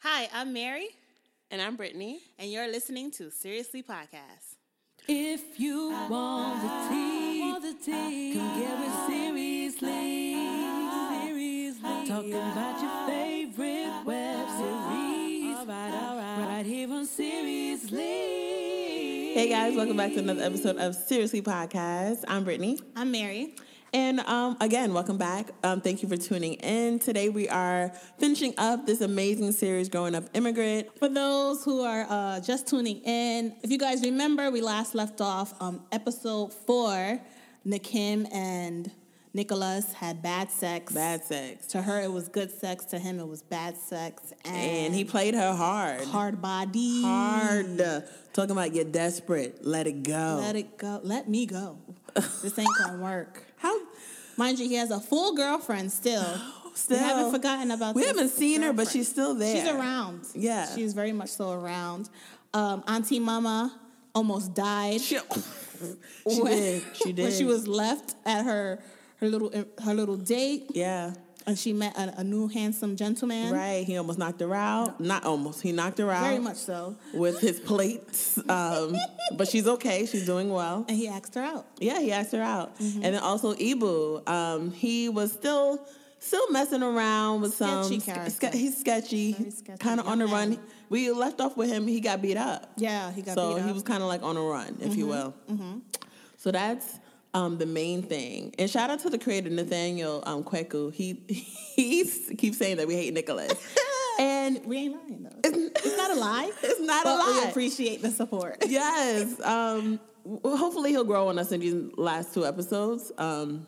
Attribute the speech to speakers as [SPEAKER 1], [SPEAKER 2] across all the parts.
[SPEAKER 1] Hi, I'm Mary,
[SPEAKER 2] And I'm Brittany.
[SPEAKER 1] and you're listening to Seriously Podcast.
[SPEAKER 3] If you want the tea, come get with seriously. Seriously, talking about your favorite web series. All right, all right, right here on seriously.
[SPEAKER 2] Hey guys, welcome back to another episode of Seriously Podcast. I'm Brittany.
[SPEAKER 1] I'm Mary.
[SPEAKER 2] And um, again, welcome back. Um, thank you for tuning in. Today we are finishing up this amazing series, Growing Up Immigrant.
[SPEAKER 1] For those who are uh, just tuning in, if you guys remember, we last left off um, episode four. Nikim and Nicholas had bad sex.
[SPEAKER 2] Bad sex.
[SPEAKER 1] To her, it was good sex. To him, it was bad sex. And,
[SPEAKER 2] And he played her hard.
[SPEAKER 1] hard body.
[SPEAKER 2] Hard. Talking about get desperate. Let it go.
[SPEAKER 1] Let it go. Let me go. this ain't gonna work.
[SPEAKER 2] How?
[SPEAKER 1] Mind you, he has a full girlfriend still.
[SPEAKER 2] Still,
[SPEAKER 1] we haven't forgotten about.
[SPEAKER 2] We
[SPEAKER 1] this
[SPEAKER 2] haven't seen her, but
[SPEAKER 1] girlfriend.
[SPEAKER 2] she's still there.
[SPEAKER 1] She's around.
[SPEAKER 2] Yeah.
[SPEAKER 1] She's very much so around. Um, Auntie Mama almost died.
[SPEAKER 2] She, she did. She did.
[SPEAKER 1] when she was left at her her little uh, her little date,
[SPEAKER 2] Yeah.
[SPEAKER 1] and she met a, a new handsome gentleman.
[SPEAKER 2] Right. He almost knocked her out. Not almost. He knocked her out.
[SPEAKER 1] Very much so.
[SPEAKER 2] with his plates. Um, but she's okay. She's doing well.
[SPEAKER 1] And he asked her out.
[SPEAKER 2] Yeah, he asked her out.
[SPEAKER 1] Mm-hmm.
[SPEAKER 2] And then also Ibu. Um, he was still still messing around with some
[SPEAKER 1] Sketchy
[SPEAKER 2] ske-
[SPEAKER 1] character.
[SPEAKER 2] ske- he's sketchy.
[SPEAKER 1] Very sketchy
[SPEAKER 2] Kind of on the
[SPEAKER 1] young man.
[SPEAKER 2] run. We left off with him. He got beat up.
[SPEAKER 1] Yeah, he got
[SPEAKER 2] so
[SPEAKER 1] beat up. Mm-hmm.
[SPEAKER 2] he was kind of like on a run, if you will. So that's um, the main thing. And shout out to the creator Nathaniel um, Kweku. He he keeps saying that we hate Nicholas, and
[SPEAKER 1] we ain't lying though. It's, it's not a lie.
[SPEAKER 2] it's not a
[SPEAKER 1] but oh,
[SPEAKER 2] lie.
[SPEAKER 1] We appreciate the support.
[SPEAKER 2] yes. Um, w- hopefully he'll grow on us in these last two episodes. Um,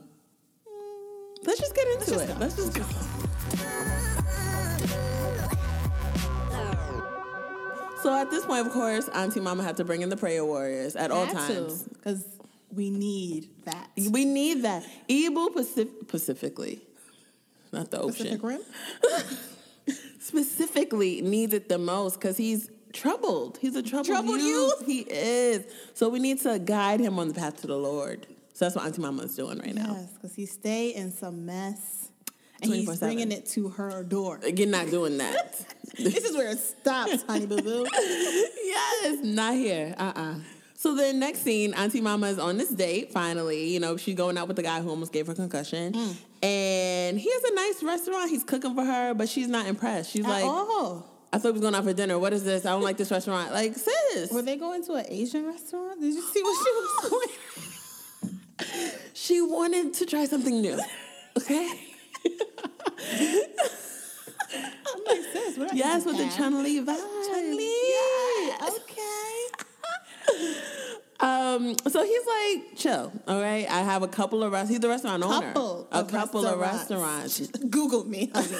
[SPEAKER 2] let's just get into it. Let's just. So at this point, of course, Auntie Mama had to bring in the prayer warriors at all times.
[SPEAKER 1] because we need that.
[SPEAKER 2] We need that. Ibu Pacific- specifically, not the ocean.
[SPEAKER 1] Pacific Rim.
[SPEAKER 2] specifically needs it the most because he's troubled. He's a troubled,
[SPEAKER 1] Troubled
[SPEAKER 2] youth. He is. So we need to guide him on the path to the Lord. So that's what Auntie Mama is doing right now.
[SPEAKER 1] Yes, because he stay in some mess, and he's
[SPEAKER 2] 24/7.
[SPEAKER 1] bringing it to her door.
[SPEAKER 2] You're not doing that.
[SPEAKER 1] this is where it stops, honey boo boo.
[SPEAKER 2] yes, not here. Uh uh So the next scene, Auntie Mama is on this date. Finally, you know she's going out with the guy who almost gave her concussion, and he has a nice restaurant. He's cooking for her, but she's not impressed. She's like,
[SPEAKER 1] oh,
[SPEAKER 2] "I thought we was going out for dinner. What is this? I don't like this restaurant." Like, sis,
[SPEAKER 1] were they going to an Asian restaurant? Did you see what she was doing?
[SPEAKER 2] She wanted to try something new. Okay.
[SPEAKER 1] I'm like, sis, we're not
[SPEAKER 2] yes,
[SPEAKER 1] eating
[SPEAKER 2] with the
[SPEAKER 1] that.
[SPEAKER 2] Chun Li vibe.
[SPEAKER 1] Chun Li.
[SPEAKER 2] Yes.
[SPEAKER 1] Okay.
[SPEAKER 2] Um, so he's like, chill. All right. I have a couple of restaurants. He's the restaurant
[SPEAKER 1] Couple
[SPEAKER 2] owner.
[SPEAKER 1] of
[SPEAKER 2] a couple
[SPEAKER 1] restaurants.
[SPEAKER 2] of restaurants.
[SPEAKER 1] Google me, honey.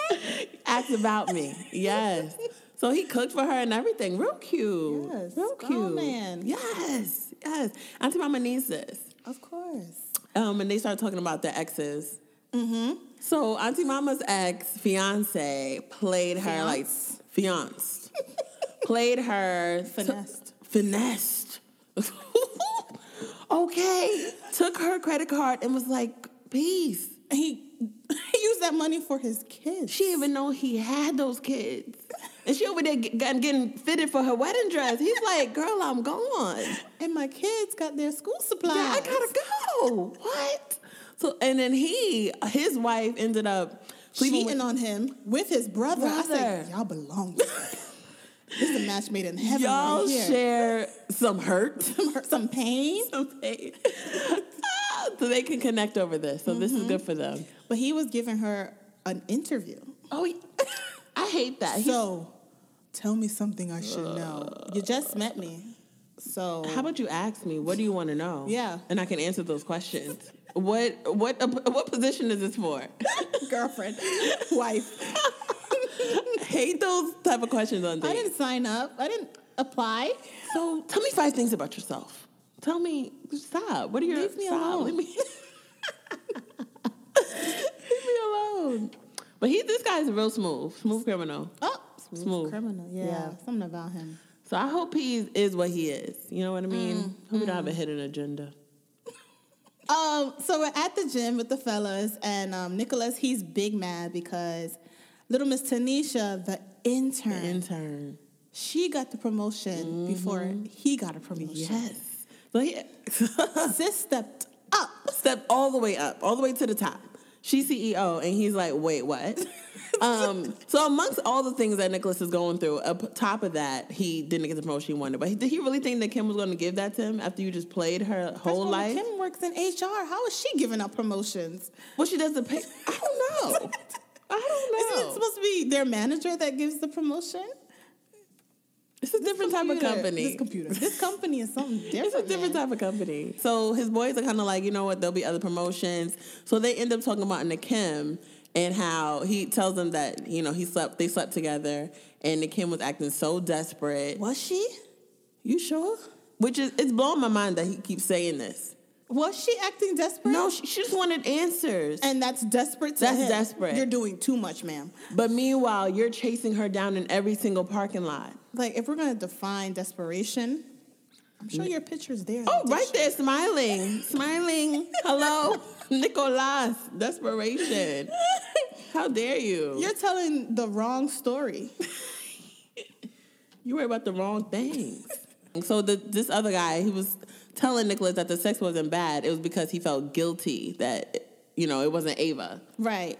[SPEAKER 1] okay.
[SPEAKER 2] Asked about me. Yes. So he cooked for her and everything. Real cute.
[SPEAKER 1] Yes.
[SPEAKER 2] Real
[SPEAKER 1] Oh,
[SPEAKER 2] cute.
[SPEAKER 1] man.
[SPEAKER 2] Yes. Yes. Auntie Mama needs this.
[SPEAKER 1] Of course.
[SPEAKER 2] Um, and they start talking about their exes. Mm-hmm. So Auntie Mama's ex fiance played her like fianced, played her took-
[SPEAKER 1] Finessed.
[SPEAKER 2] finessed. okay, took her credit card and was like, "Peace."
[SPEAKER 1] He, he used that money for his kids.
[SPEAKER 2] She didn't even know he had those kids, and she over there get, got- getting fitted for her wedding dress. He's like, "Girl, I'm gone."
[SPEAKER 1] and my kids got their school supplies.
[SPEAKER 2] Yeah, I gotta go. What? So and then he, his wife ended up sleeping
[SPEAKER 1] cheating
[SPEAKER 2] with
[SPEAKER 1] on him with his brother. I said,
[SPEAKER 2] Brother.
[SPEAKER 1] y'all belong. together." this is a match made in heaven.
[SPEAKER 2] y'all
[SPEAKER 1] right here.
[SPEAKER 2] share some hurt,
[SPEAKER 1] some, hurt- some pain.
[SPEAKER 2] some pain, Ah, so they can connect over this. So this is good for them.
[SPEAKER 1] But he was giving her an interview.
[SPEAKER 2] Oh, yeah. I hate that. Uh, He- Uh.
[SPEAKER 1] So, tell me something I should know. You just met me, so
[SPEAKER 2] how about you ask me? What do you want to know?
[SPEAKER 1] Yeah.
[SPEAKER 2] and I can answer those questions. what what uh, what position is this for?
[SPEAKER 1] girlfriend, wife?
[SPEAKER 2] hate those type of questions on
[SPEAKER 1] I
[SPEAKER 2] dates.
[SPEAKER 1] didn't sign up. I didn't apply.
[SPEAKER 2] So tell me five things about yourself. Tell me, stop. What are your
[SPEAKER 1] Leave me
[SPEAKER 2] stop.
[SPEAKER 1] alone.
[SPEAKER 2] Leave me, leave me alone. But he, this guy's real smooth, smooth criminal.
[SPEAKER 1] Oh,
[SPEAKER 2] Smooth.
[SPEAKER 1] criminal. Yeah,
[SPEAKER 2] Yeah.
[SPEAKER 1] something about him.
[SPEAKER 2] So I hope he is what he is. You know what I mean?
[SPEAKER 1] Mm,
[SPEAKER 2] Hope he don't have a hidden agenda.
[SPEAKER 1] Um, so we're at the gym with the fellas, and um, Nicholas, he's big mad because little Miss Tanisha, the intern.
[SPEAKER 2] Intern.
[SPEAKER 1] She got the promotion before he got a promotion.
[SPEAKER 2] Mm-hmm. Yes. So he
[SPEAKER 1] Sis stepped up.
[SPEAKER 2] stepped all the way up, all the way to the top. She's CEO, and he's like, wait, what? um, so amongst all the things that Nicholas is going through, up top of that, he didn't get the promotion he wanted. But he- did he really think that Kim was going to give that to him after you just played her whole
[SPEAKER 1] That's why
[SPEAKER 2] life?
[SPEAKER 1] Kim works in HR. How is she giving out promotions?
[SPEAKER 2] Well, she does the pay. I don't know. I don't know.
[SPEAKER 1] Isn't it supposed to be their manager that gives the promotion?
[SPEAKER 2] it's a different type of
[SPEAKER 1] Computer.
[SPEAKER 2] company.
[SPEAKER 1] This computer. This company is something different.
[SPEAKER 2] It's a different
[SPEAKER 1] man.
[SPEAKER 2] type of company. So his boys are kind of like, you know what? There'll be other promotions. So they end up talking about Nakim and how he tells them that you know he slept. They slept together, and Nakim was acting so desperate.
[SPEAKER 1] Was she?
[SPEAKER 2] You sure? Which is it's blowing my mind that he keeps saying this.
[SPEAKER 1] Was she acting desperate?
[SPEAKER 2] No, she, she just wanted answers.
[SPEAKER 1] And that's desperate to
[SPEAKER 2] That's
[SPEAKER 1] him.
[SPEAKER 2] desperate.
[SPEAKER 1] You're doing too much, ma'am.
[SPEAKER 2] but meanwhile, you're chasing her down in every single parking lot.
[SPEAKER 1] Like, if we're going to define desperation, I'm sure your picture's there. in
[SPEAKER 2] Oh,
[SPEAKER 1] the
[SPEAKER 2] right there, smiling, smiling. Hello, Nicolas. Desperation. How dare you?
[SPEAKER 1] You're telling the wrong story.
[SPEAKER 2] You worry about the wrong things. so the, this other guy, he was telling Nicholas that the sex wasn't bad. It was because he felt guilty that you know it wasn't Ava.
[SPEAKER 1] Right.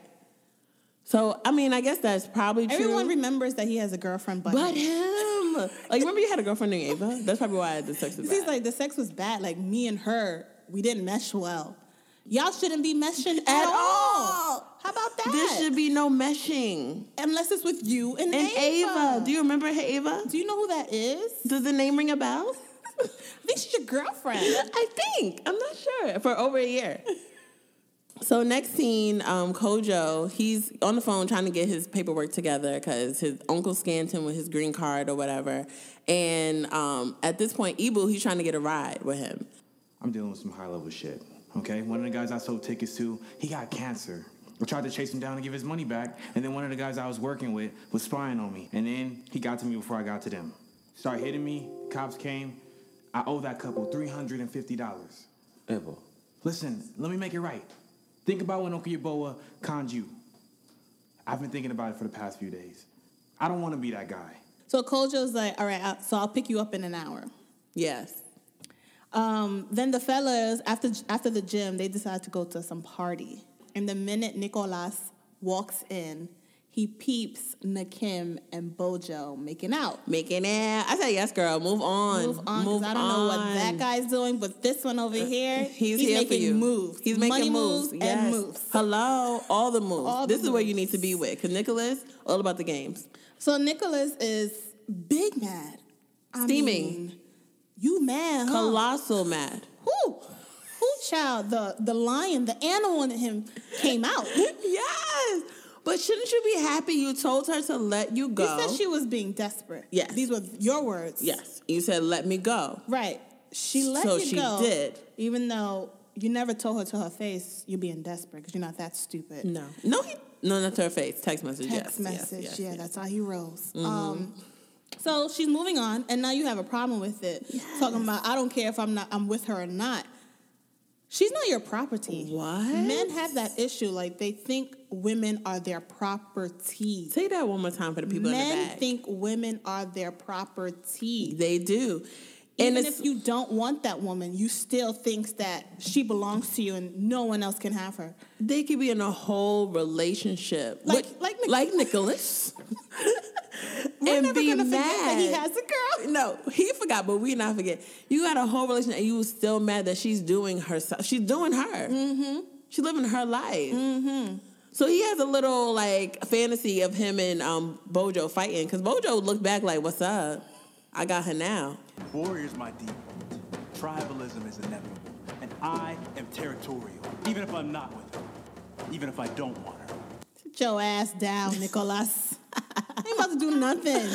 [SPEAKER 2] So I mean, I guess that's probably true.
[SPEAKER 1] Everyone remembers that he has a girlfriend, but,
[SPEAKER 2] but him. Like remember you had a girlfriend named Ava. That's probably why the sex was
[SPEAKER 1] he's
[SPEAKER 2] bad.
[SPEAKER 1] like, the sex was bad. Like, me and her, we didn't mesh well. Y'all shouldn't be meshing at,
[SPEAKER 2] At all.
[SPEAKER 1] How about that?
[SPEAKER 2] there should be no meshing.
[SPEAKER 1] Unless it's with you and,
[SPEAKER 2] And Ava. do you remember her Ava?
[SPEAKER 1] Do you know who that is?
[SPEAKER 2] Does the name ring a bell?
[SPEAKER 1] I think she's your girlfriend.
[SPEAKER 2] I think. I'm not sure. For over a year. So next scene, um, Kojo, he's on the phone trying to get his paperwork together because his uncle scanned him with his green card or whatever. And um, at this point, Ibu, he's trying to get a ride with him.
[SPEAKER 4] I'm dealing with some high level shit. Okay? One of the guys I sold tickets to, he got cancer. I tried to chase him down and give his money back, and then one of the guys I was working with was spying on me. And then he got to me before I got to them. Started hitting me, cops came. I owe that couple $350.
[SPEAKER 5] Ever.
[SPEAKER 4] Listen, let me make it right. Think about when Uncle Yeboah conned you. I've been thinking about it for the past few days. I don't want to be that guy.
[SPEAKER 1] So Kojo's like, all right, I'll- so I'll pick you up in an hour.
[SPEAKER 2] Yes.
[SPEAKER 1] Um, then the fellas, after, after the gym, they decide to go to some party. And the minute Nicolas walks in, he peeps Nakim and Bojo making out.
[SPEAKER 2] Making it. I said, yes, girl, move on.
[SPEAKER 1] Move on, because I don't know what that
[SPEAKER 2] on.
[SPEAKER 1] guy's doing, but this one over here,
[SPEAKER 2] He's, here
[SPEAKER 1] making
[SPEAKER 2] for you.
[SPEAKER 1] moves.
[SPEAKER 2] He's making
[SPEAKER 1] Money
[SPEAKER 2] moves,
[SPEAKER 1] and
[SPEAKER 2] yes.
[SPEAKER 1] moves.
[SPEAKER 2] Hello, all the moves.
[SPEAKER 1] All the
[SPEAKER 2] this is where you need
[SPEAKER 1] moves.
[SPEAKER 2] to be with. Because Nicholas, all about the games.
[SPEAKER 1] So Nicholas is big mad. I
[SPEAKER 2] Steaming.
[SPEAKER 1] mean, you mad, huh?
[SPEAKER 2] Colossal mad.
[SPEAKER 1] Who? Who child? The the lion, the animal in him came out. he
[SPEAKER 2] Yes. But shouldn't you be happy you told her to let you go?
[SPEAKER 1] said she was being desperate.
[SPEAKER 2] Yes.
[SPEAKER 1] These were your words.
[SPEAKER 2] yes. You said let me go.
[SPEAKER 1] Right. She let
[SPEAKER 2] So
[SPEAKER 1] you
[SPEAKER 2] she
[SPEAKER 1] go.
[SPEAKER 2] did.
[SPEAKER 1] Even though you never told her to her face, you're being desperate because you're not that stupid.
[SPEAKER 2] No. No, he, no, not to her face. Text message.
[SPEAKER 1] Text
[SPEAKER 2] yes,
[SPEAKER 1] message.
[SPEAKER 2] Yes, yes,
[SPEAKER 1] yeah,
[SPEAKER 2] yes. Mm-hmm.
[SPEAKER 1] that's how he rolls. Um, so she's moving on, and now you have a problem with it. Talking about, I don't care if I'm not, I'm with her or not. She's not your property.
[SPEAKER 2] What?
[SPEAKER 1] Men have that issue. Like they think women are their property.
[SPEAKER 2] Say that one more time for the people in the
[SPEAKER 1] Men
[SPEAKER 2] back.
[SPEAKER 1] think women are their property.
[SPEAKER 2] they do.
[SPEAKER 1] Even
[SPEAKER 2] And it's,
[SPEAKER 1] if you don't want that woman, you still thinks that she belongs to you and no one else can have her.
[SPEAKER 2] they could be in a whole relationship.
[SPEAKER 1] Like-
[SPEAKER 2] with-
[SPEAKER 1] like Nic-
[SPEAKER 2] like Nicholas.
[SPEAKER 1] We're
[SPEAKER 2] and
[SPEAKER 1] never
[SPEAKER 2] be
[SPEAKER 1] gonna
[SPEAKER 2] mad.
[SPEAKER 1] forget that he has a girl.
[SPEAKER 2] No, he forgot, but we not forget. You got a whole relationship, and you was still mad that she's doing herself. She's doing her. Mm-hmm. She's living her life. Mm-hmm. So he has a little like fantasy of him and um, Bojo fighting because Bojo looked back like, "What's up? I got her now."
[SPEAKER 6] War is my default. Tribalism is inevitable. And I am territorial, even if I'm not with her, even if I don't want her.
[SPEAKER 1] Sit your ass down, Nicholas. Ain't about to do nothing.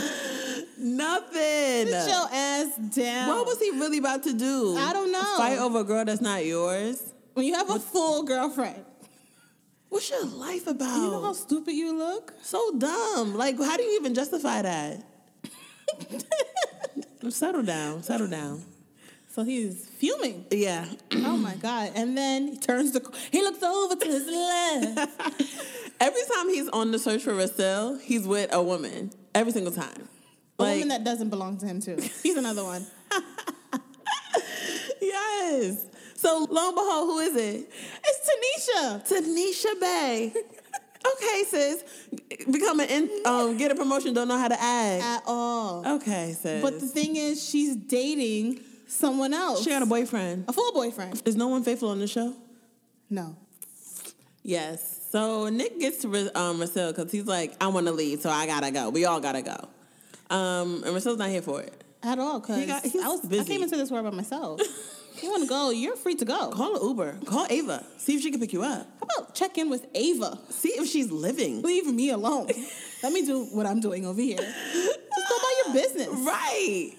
[SPEAKER 2] Nothing.
[SPEAKER 1] Sit your ass down.
[SPEAKER 2] What was he really about to do?
[SPEAKER 1] I don't know.
[SPEAKER 2] Fight over a girl that's not yours.
[SPEAKER 1] when you have a full girlfriend?
[SPEAKER 2] What's your life about?
[SPEAKER 1] You know how stupid you look.
[SPEAKER 2] so dumb. Like, how do you even justify that? settle down. Settle down.
[SPEAKER 1] So he's fuming.
[SPEAKER 2] Yeah.
[SPEAKER 1] oh my god! And then he turns the. He looks over to his left.
[SPEAKER 2] Every time he's on the search for Estelle, he's with a woman. Every single time.
[SPEAKER 1] A
[SPEAKER 2] Like,
[SPEAKER 1] woman that doesn't belong to him too. He's another one.
[SPEAKER 2] yes. So lo and behold, who is it?
[SPEAKER 1] It's Tanisha.
[SPEAKER 2] Tanisha Bay. okay, sis. Become an in, um, get a promotion. Don't know how to act.
[SPEAKER 1] At all.
[SPEAKER 2] Okay, sis.
[SPEAKER 1] But the thing is, she's dating someone else.
[SPEAKER 2] she got a boyfriend.
[SPEAKER 1] a full boyfriend.
[SPEAKER 2] Is no one faithful on the show?
[SPEAKER 1] No.
[SPEAKER 2] Yes. So Nick gets to Ra- um, Marcel because he's like, I want to leave, so I gotta go. We all gotta go. Um, and Marcel's not here for it.
[SPEAKER 1] At all, cause
[SPEAKER 2] He got- he's
[SPEAKER 1] I was I
[SPEAKER 2] busy.
[SPEAKER 1] came into this world by myself. you want to go? You're free to go. How
[SPEAKER 2] Call Uber. Call Ava. See if she can pick you up.
[SPEAKER 1] about check in with Ava?
[SPEAKER 2] See if she's living.
[SPEAKER 1] Leave me alone. Let me do what I'm doing over here. Just go about your business.
[SPEAKER 2] Right.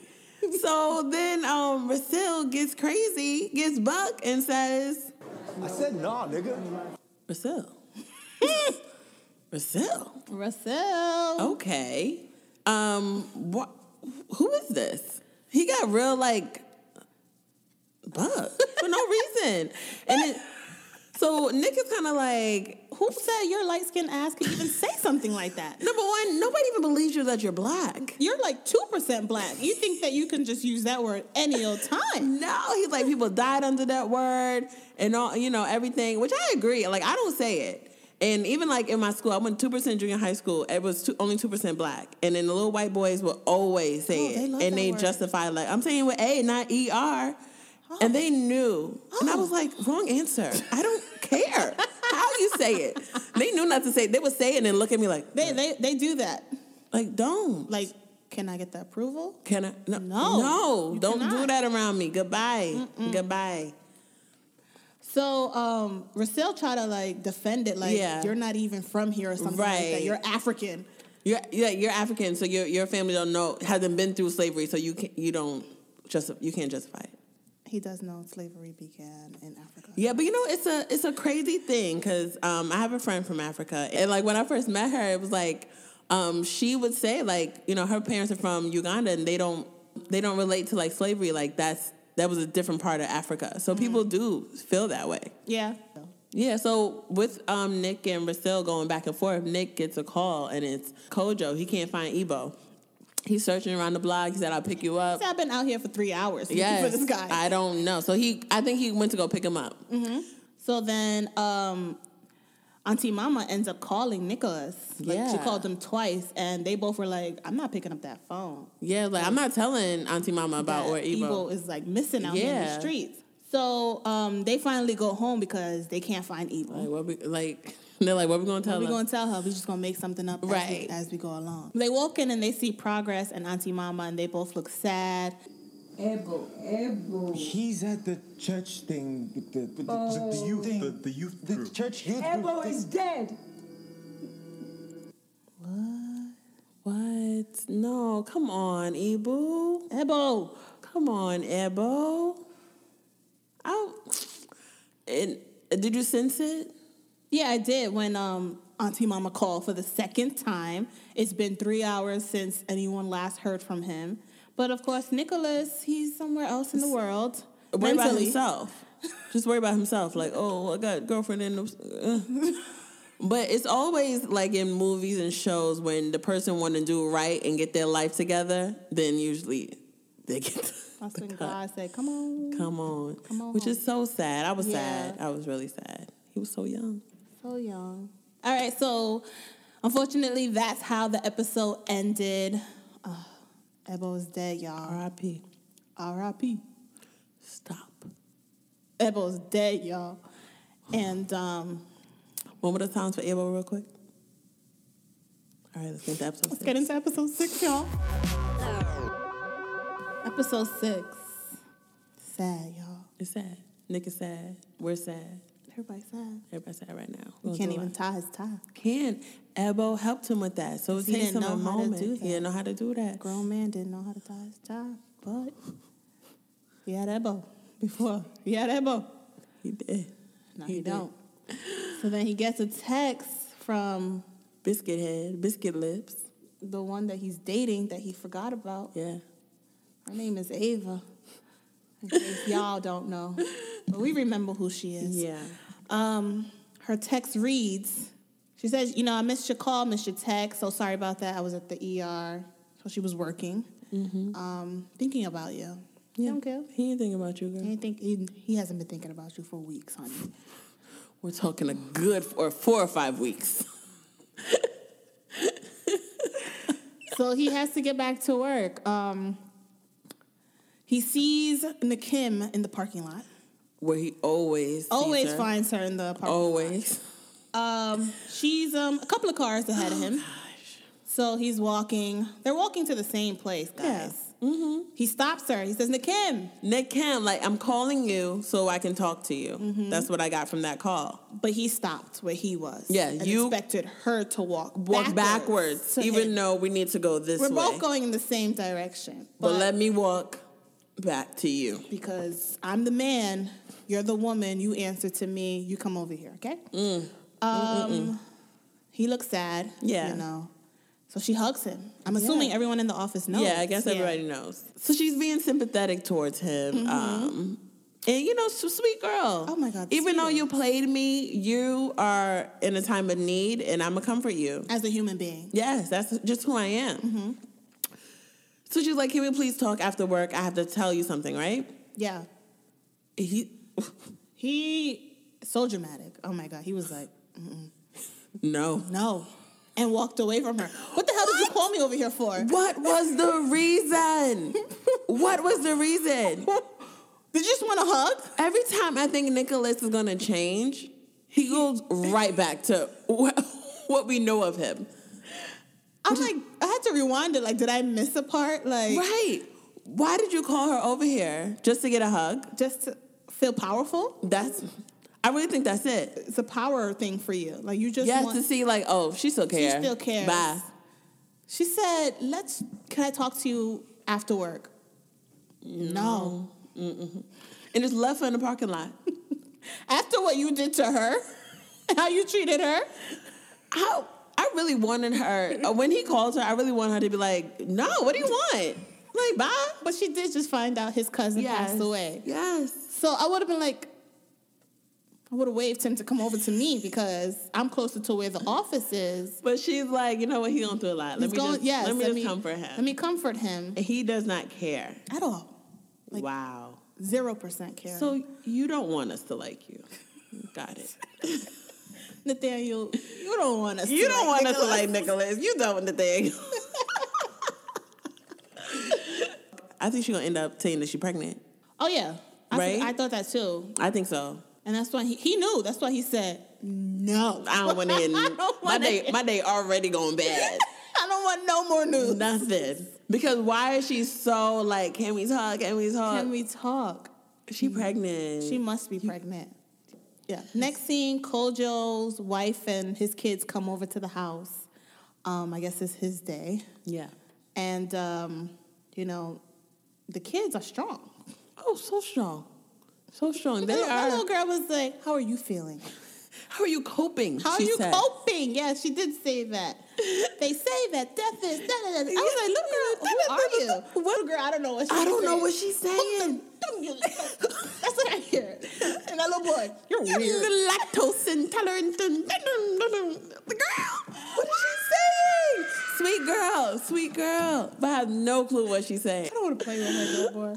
[SPEAKER 2] So then um Rasil gets crazy, gets buck, and says,
[SPEAKER 5] I said nah, nigga.
[SPEAKER 2] Rasil. Rasil.
[SPEAKER 1] Russell.
[SPEAKER 2] Oh. Okay. Um what who is this? He got real like buck for no reason. And it, so Nick is kind of like
[SPEAKER 1] Who said your light skinned ass could even say something like that?
[SPEAKER 2] number one, nobody even believes you that you're black.
[SPEAKER 1] You're like 2% black. You think that you can just use that word any old time.
[SPEAKER 2] No, he's like people died under that word and all you know everything, which I agree. Like I don't say it, and even like in my school, I went two percent junior high school. It was two, only two percent black, and then the little white boys would always say
[SPEAKER 1] Oh, they
[SPEAKER 2] it,
[SPEAKER 1] love
[SPEAKER 2] and
[SPEAKER 1] that
[SPEAKER 2] they
[SPEAKER 1] word. Oh.
[SPEAKER 2] justify like I'm saying with A, not E R, and they knew, and I was like wrong answer. I don't care how you say it. They knew not to say. It. They would say it and then look at me like
[SPEAKER 1] They, they, they do that.
[SPEAKER 2] like don't.
[SPEAKER 1] Like, can I get the approval?
[SPEAKER 2] Can I? No,
[SPEAKER 1] No,
[SPEAKER 2] no
[SPEAKER 1] you
[SPEAKER 2] don't do
[SPEAKER 1] cannot.
[SPEAKER 2] that around me. Goodbye, goodbye.
[SPEAKER 1] So, um, Russell tried to like defend it, like,
[SPEAKER 2] Yeah.
[SPEAKER 1] you're not even from here or something like
[SPEAKER 2] Right.
[SPEAKER 1] that. You're African.
[SPEAKER 2] You're yeah, you're African, so your your family don't know hasn't been through slavery, so you can you don't just you can't justify it.
[SPEAKER 1] He does know slavery began in Africa.
[SPEAKER 2] Yeah, but you know it's a it's a crazy thing because um, I have a friend from Africa, and like when I first met her, it was like um, she would say like you know her parents are from Uganda and they don't they don't relate to like slavery like that's that was a different part of Africa, so people do feel that way.
[SPEAKER 1] Yeah.
[SPEAKER 2] Yeah, so with um, Nick and Rasil going back and forth, Nick gets a call and it's Kojo. He can't find Ebo. He's searching around the block. He said, I'll pick you up.
[SPEAKER 1] So I've been out here for three hours looking
[SPEAKER 2] Yes,
[SPEAKER 1] for this guy. Mm-hmm.
[SPEAKER 2] I don't know. So he, I think he went to go pick him up.
[SPEAKER 1] So then um, Auntie Mama ends up calling Nicholas. Like she
[SPEAKER 2] Yeah.
[SPEAKER 1] called him twice, and they both were like, "I'm not picking up that phone."
[SPEAKER 2] Yeah, like I'm not telling Auntie Mama about
[SPEAKER 1] That
[SPEAKER 2] or Ebo.
[SPEAKER 1] is like missing out here in
[SPEAKER 2] Yeah.
[SPEAKER 1] the streets. So um, they finally go home because they can't find
[SPEAKER 2] Like
[SPEAKER 1] Evil.
[SPEAKER 2] what we like? They're like, what we gonna tell
[SPEAKER 1] We're
[SPEAKER 2] him?
[SPEAKER 1] gonna tell her. We're just gonna make something up as,
[SPEAKER 2] Right.
[SPEAKER 1] we, as we go along. They walk in and they see progress and Auntie Mama, and they both look sad.
[SPEAKER 5] He's at the church thing with the, with the,
[SPEAKER 6] The youth,
[SPEAKER 5] thing.
[SPEAKER 6] the, the youth
[SPEAKER 5] the
[SPEAKER 6] group.
[SPEAKER 5] church youth
[SPEAKER 7] Oh, Ebo
[SPEAKER 5] group thing.
[SPEAKER 7] is dead.
[SPEAKER 2] what? No, come on, Ebo.
[SPEAKER 1] Ebo,
[SPEAKER 2] Come on, Ebo. I. And did you sense it?
[SPEAKER 1] Yeah, I did when um, Auntie Mama called for the second time. It's been three hours since anyone last heard from him. But of course, Nicholas, he's somewhere else in the world.
[SPEAKER 2] worry about
[SPEAKER 1] mentally.
[SPEAKER 2] himself. Just worry about himself. Like, oh, I got girlfriend in the. uh. But it's always like in movies and shows when the person want to do right and get their life together, then usually they get.
[SPEAKER 1] That's when God said, Come on,
[SPEAKER 2] Come on,
[SPEAKER 1] Come on
[SPEAKER 2] which is so sad. I was
[SPEAKER 1] Yeah.
[SPEAKER 2] sad. I was really sad. He was so young.
[SPEAKER 1] so young. All right, so unfortunately, that's how the episode ended. Uh, Ebo is dead, y'all.
[SPEAKER 2] R.I.P.
[SPEAKER 1] R.I.P.
[SPEAKER 2] Stop.
[SPEAKER 1] Ebo is dead, y'all. And um,
[SPEAKER 2] One more times for Abel, real quick. All right, let's get the episode.
[SPEAKER 1] let's get into episode six, y'all. Episode six. Sad, y'all.
[SPEAKER 2] It's sad. Nick is sad. We're sad.
[SPEAKER 1] Everybody's sad.
[SPEAKER 2] Everybody's sad right now.
[SPEAKER 1] You
[SPEAKER 2] Gonna
[SPEAKER 1] can't
[SPEAKER 2] do
[SPEAKER 1] even
[SPEAKER 2] it.
[SPEAKER 1] tie his tie.
[SPEAKER 2] can. Ebo helped him with that. So it
[SPEAKER 1] He
[SPEAKER 2] takes him
[SPEAKER 1] didn't
[SPEAKER 2] a
[SPEAKER 1] know how to
[SPEAKER 2] moment.
[SPEAKER 1] do
[SPEAKER 2] He didn't
[SPEAKER 1] that.
[SPEAKER 2] know how to do that.
[SPEAKER 1] Grown man didn't know how to tie his tie, but he had Ebo before. He had Ebo.
[SPEAKER 2] He did.
[SPEAKER 1] No,
[SPEAKER 2] He
[SPEAKER 1] he,
[SPEAKER 2] did.
[SPEAKER 1] don't. So then he gets a text from
[SPEAKER 2] Biscuit head, biscuit lips.
[SPEAKER 1] the one that he's dating that he forgot about.
[SPEAKER 2] Yeah.
[SPEAKER 1] Her name is Ava. In case y'all don't know, but we remember who she is.
[SPEAKER 2] Yeah.
[SPEAKER 1] Um, her text reads, She says, you know, I missed your call, missed your text. So sorry about that. I was at the ER. So she was working, um, thinking about you. Yeah. don't care.
[SPEAKER 2] He ain't thinking about you, girl.
[SPEAKER 1] He, think, he, he hasn't been thinking about you for weeks, honey.
[SPEAKER 2] We're talking a good four, four or five weeks.
[SPEAKER 1] so he has to get back to work. Um, he sees Nakim in the parking lot.
[SPEAKER 2] Where he always sees
[SPEAKER 1] Always
[SPEAKER 2] her.
[SPEAKER 1] finds her in the parking lot.
[SPEAKER 2] Always.
[SPEAKER 1] Um, she's um, a couple of cars ahead of
[SPEAKER 2] Oh,
[SPEAKER 1] him. So he's walking. They're walking to the same place, guys. Mm-hmm. He stops her. He says, Nakim.
[SPEAKER 2] Nick Cam, like I'm calling you so I can talk to you.
[SPEAKER 1] Mm-hmm.
[SPEAKER 2] That's what I got from that call.
[SPEAKER 1] But he stopped where he was.
[SPEAKER 2] Yeah,
[SPEAKER 1] and
[SPEAKER 2] you-
[SPEAKER 1] expected her to walk
[SPEAKER 2] Walk backwards,
[SPEAKER 1] to
[SPEAKER 2] even
[SPEAKER 1] him.
[SPEAKER 2] though we need to go this
[SPEAKER 1] we're
[SPEAKER 2] way.
[SPEAKER 1] both going in the same direction.
[SPEAKER 2] but let me walk back to you.
[SPEAKER 1] because I'm the man, you're the woman, you answer to me, you come over here, okay?
[SPEAKER 2] Mm.
[SPEAKER 1] Um, he looks sad.
[SPEAKER 2] Yeah.
[SPEAKER 1] You know. So she hugs him. I'm assuming everyone in the office knows.
[SPEAKER 2] Yeah, I guess everybody knows. So she's being sympathetic towards him. Um, and you know, so sweet girl.
[SPEAKER 1] Mm-hmm. Oh my God, the
[SPEAKER 2] Even though you
[SPEAKER 1] sweetest.
[SPEAKER 2] played me, you are in a time of need, and I'm gonna comfort you.
[SPEAKER 1] As a human being.
[SPEAKER 2] Yes, that's just who I am.
[SPEAKER 1] Mm-hmm.
[SPEAKER 2] So she's like, "Can we please talk after work? I have to tell you something." Right?
[SPEAKER 1] Yeah.
[SPEAKER 2] He,
[SPEAKER 1] He so dramatic. Oh my god. He was like,
[SPEAKER 2] no.
[SPEAKER 1] no. And walked away from her. What the hell did you call me over here for?
[SPEAKER 2] What was the reason? what was the reason?
[SPEAKER 1] Did you just want a hug?
[SPEAKER 2] Every time I think Nicholas is gonna change, he goes right back to what, what we know of him.
[SPEAKER 1] I'm like, I had to rewind it. Like, did I miss a part? Like
[SPEAKER 2] Right. Why did you call her over here just to get a hug?
[SPEAKER 1] just to feel powerful?
[SPEAKER 2] That's, I really think that's it.
[SPEAKER 1] It's a power thing for you. Like you just
[SPEAKER 2] Yes,
[SPEAKER 1] want
[SPEAKER 2] to see like, oh, she still cares.
[SPEAKER 1] still cares.
[SPEAKER 2] Bye.
[SPEAKER 1] She said, "Let's. Can I talk to you after work?" No.
[SPEAKER 2] And just left her in the parking lot.
[SPEAKER 1] After what you did to her, how you treated her,
[SPEAKER 2] How? I really wanted her uh, when he called her. I really wanted her to be like, no, what do you want? Like, bye.
[SPEAKER 1] but she did just find out his cousin passed away.
[SPEAKER 2] Yes.
[SPEAKER 1] So I would have been like, I would have waved him to come over to me because I'm closer to where the office is.
[SPEAKER 2] But she's like, you know what? He going through a lot. Let
[SPEAKER 1] He's
[SPEAKER 2] me
[SPEAKER 1] going-
[SPEAKER 2] just, let me just comfort him.
[SPEAKER 1] Let me comfort him
[SPEAKER 2] And he does not care.
[SPEAKER 1] at all. Like-
[SPEAKER 2] wow.
[SPEAKER 1] Zero percent care.
[SPEAKER 2] So you don't want us to like you. Got it.
[SPEAKER 1] Nathaniel, you don't want us.
[SPEAKER 2] You
[SPEAKER 1] to
[SPEAKER 2] don't
[SPEAKER 1] like
[SPEAKER 2] want us to like Nicholas. You don't want the thing. I think she's gonna end up saying that she's pregnant.
[SPEAKER 1] Oh yeah, I,
[SPEAKER 2] Right?
[SPEAKER 1] I thought that too.
[SPEAKER 2] I think so.
[SPEAKER 1] And that's why he, he knew. That's why he said, no.
[SPEAKER 2] I don't want to hear.
[SPEAKER 1] I don't
[SPEAKER 2] my
[SPEAKER 1] want to
[SPEAKER 2] day, my day already going bad.
[SPEAKER 1] I don't want no more news.
[SPEAKER 2] Nothing. Because why is she so like? Can we talk? Can we talk?
[SPEAKER 1] Can we talk?
[SPEAKER 2] she pregnant.
[SPEAKER 1] She must be pregnant. Yeah. Next scene, Kojo's wife and his kids come over to the house. Um, I guess it's his day.
[SPEAKER 2] yeah.
[SPEAKER 1] And, um, you know, the kids are strong.
[SPEAKER 2] Oh, so strong, so strong.
[SPEAKER 1] My
[SPEAKER 2] They
[SPEAKER 1] little- My
[SPEAKER 2] are.
[SPEAKER 1] little girl was like, how are you feeling?
[SPEAKER 2] How are you coping?
[SPEAKER 1] How are
[SPEAKER 2] she
[SPEAKER 1] you
[SPEAKER 2] said.
[SPEAKER 1] coping? Yeah, she did say that. they say that death is. Da, da, da. I was like, little girl, who are you? What girl? I don't know what. She
[SPEAKER 2] I don't know
[SPEAKER 1] said.
[SPEAKER 2] what she's saying.
[SPEAKER 1] That's what I hear. And that little boy, you're
[SPEAKER 2] You're
[SPEAKER 1] weird.
[SPEAKER 2] lactose intolerant. Dun, dun, dun, dun, dun. The girl, what is she saying? Sweet girl, sweet girl. But I have no clue what she's saying.
[SPEAKER 1] I don't want to play with her little boy.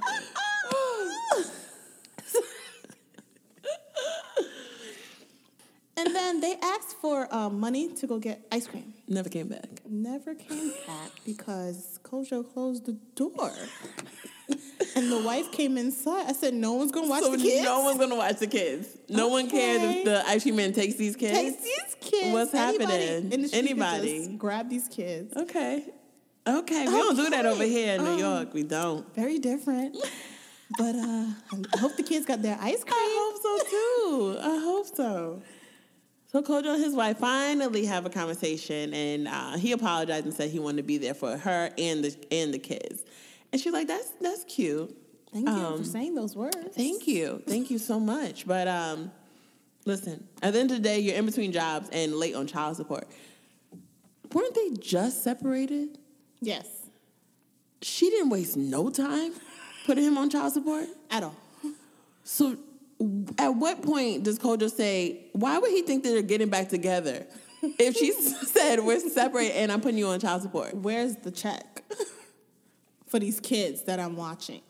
[SPEAKER 1] And then they asked for um, money to go get ice cream.
[SPEAKER 2] Never came back.
[SPEAKER 1] Never came back because Kojo closed the door. and the wife came inside. I said, no one's going to watch
[SPEAKER 2] so
[SPEAKER 1] the kids.
[SPEAKER 2] no one's gonna watch the kids. No one cares
[SPEAKER 1] Okay.
[SPEAKER 2] if the icy man takes these kids.
[SPEAKER 1] Takes these kids.
[SPEAKER 2] What's
[SPEAKER 1] anybody
[SPEAKER 2] happening?
[SPEAKER 1] in the street could
[SPEAKER 2] Anybody.
[SPEAKER 1] just grab these kids.
[SPEAKER 2] Okay. Okay, we don't do that over
[SPEAKER 1] Okay.
[SPEAKER 2] here in New
[SPEAKER 1] Um,
[SPEAKER 2] York. We don't.
[SPEAKER 1] Very different. but uh, I hope the kids got their ice cream.
[SPEAKER 2] I hope so too. I hope so. So Kojo and his wife finally have a conversation, and uh, he apologized and said he wanted to be there for her and the and the kids. And she's like, "That's that's cute.
[SPEAKER 1] Thank you for
[SPEAKER 2] Um,
[SPEAKER 1] saying those words.
[SPEAKER 2] Thank you, thank you so much." But um, listen, at the end of the day, you're in between jobs and late on child support. Weren't they just separated?
[SPEAKER 1] Yes,
[SPEAKER 2] She didn't waste no time putting him on child support.
[SPEAKER 1] at all.
[SPEAKER 2] So, w- at what point does Kojo say, why would he think that they're getting back together? if she said we're separate and I'm putting you on child support,
[SPEAKER 1] Where's the check for these kids that I'm watching?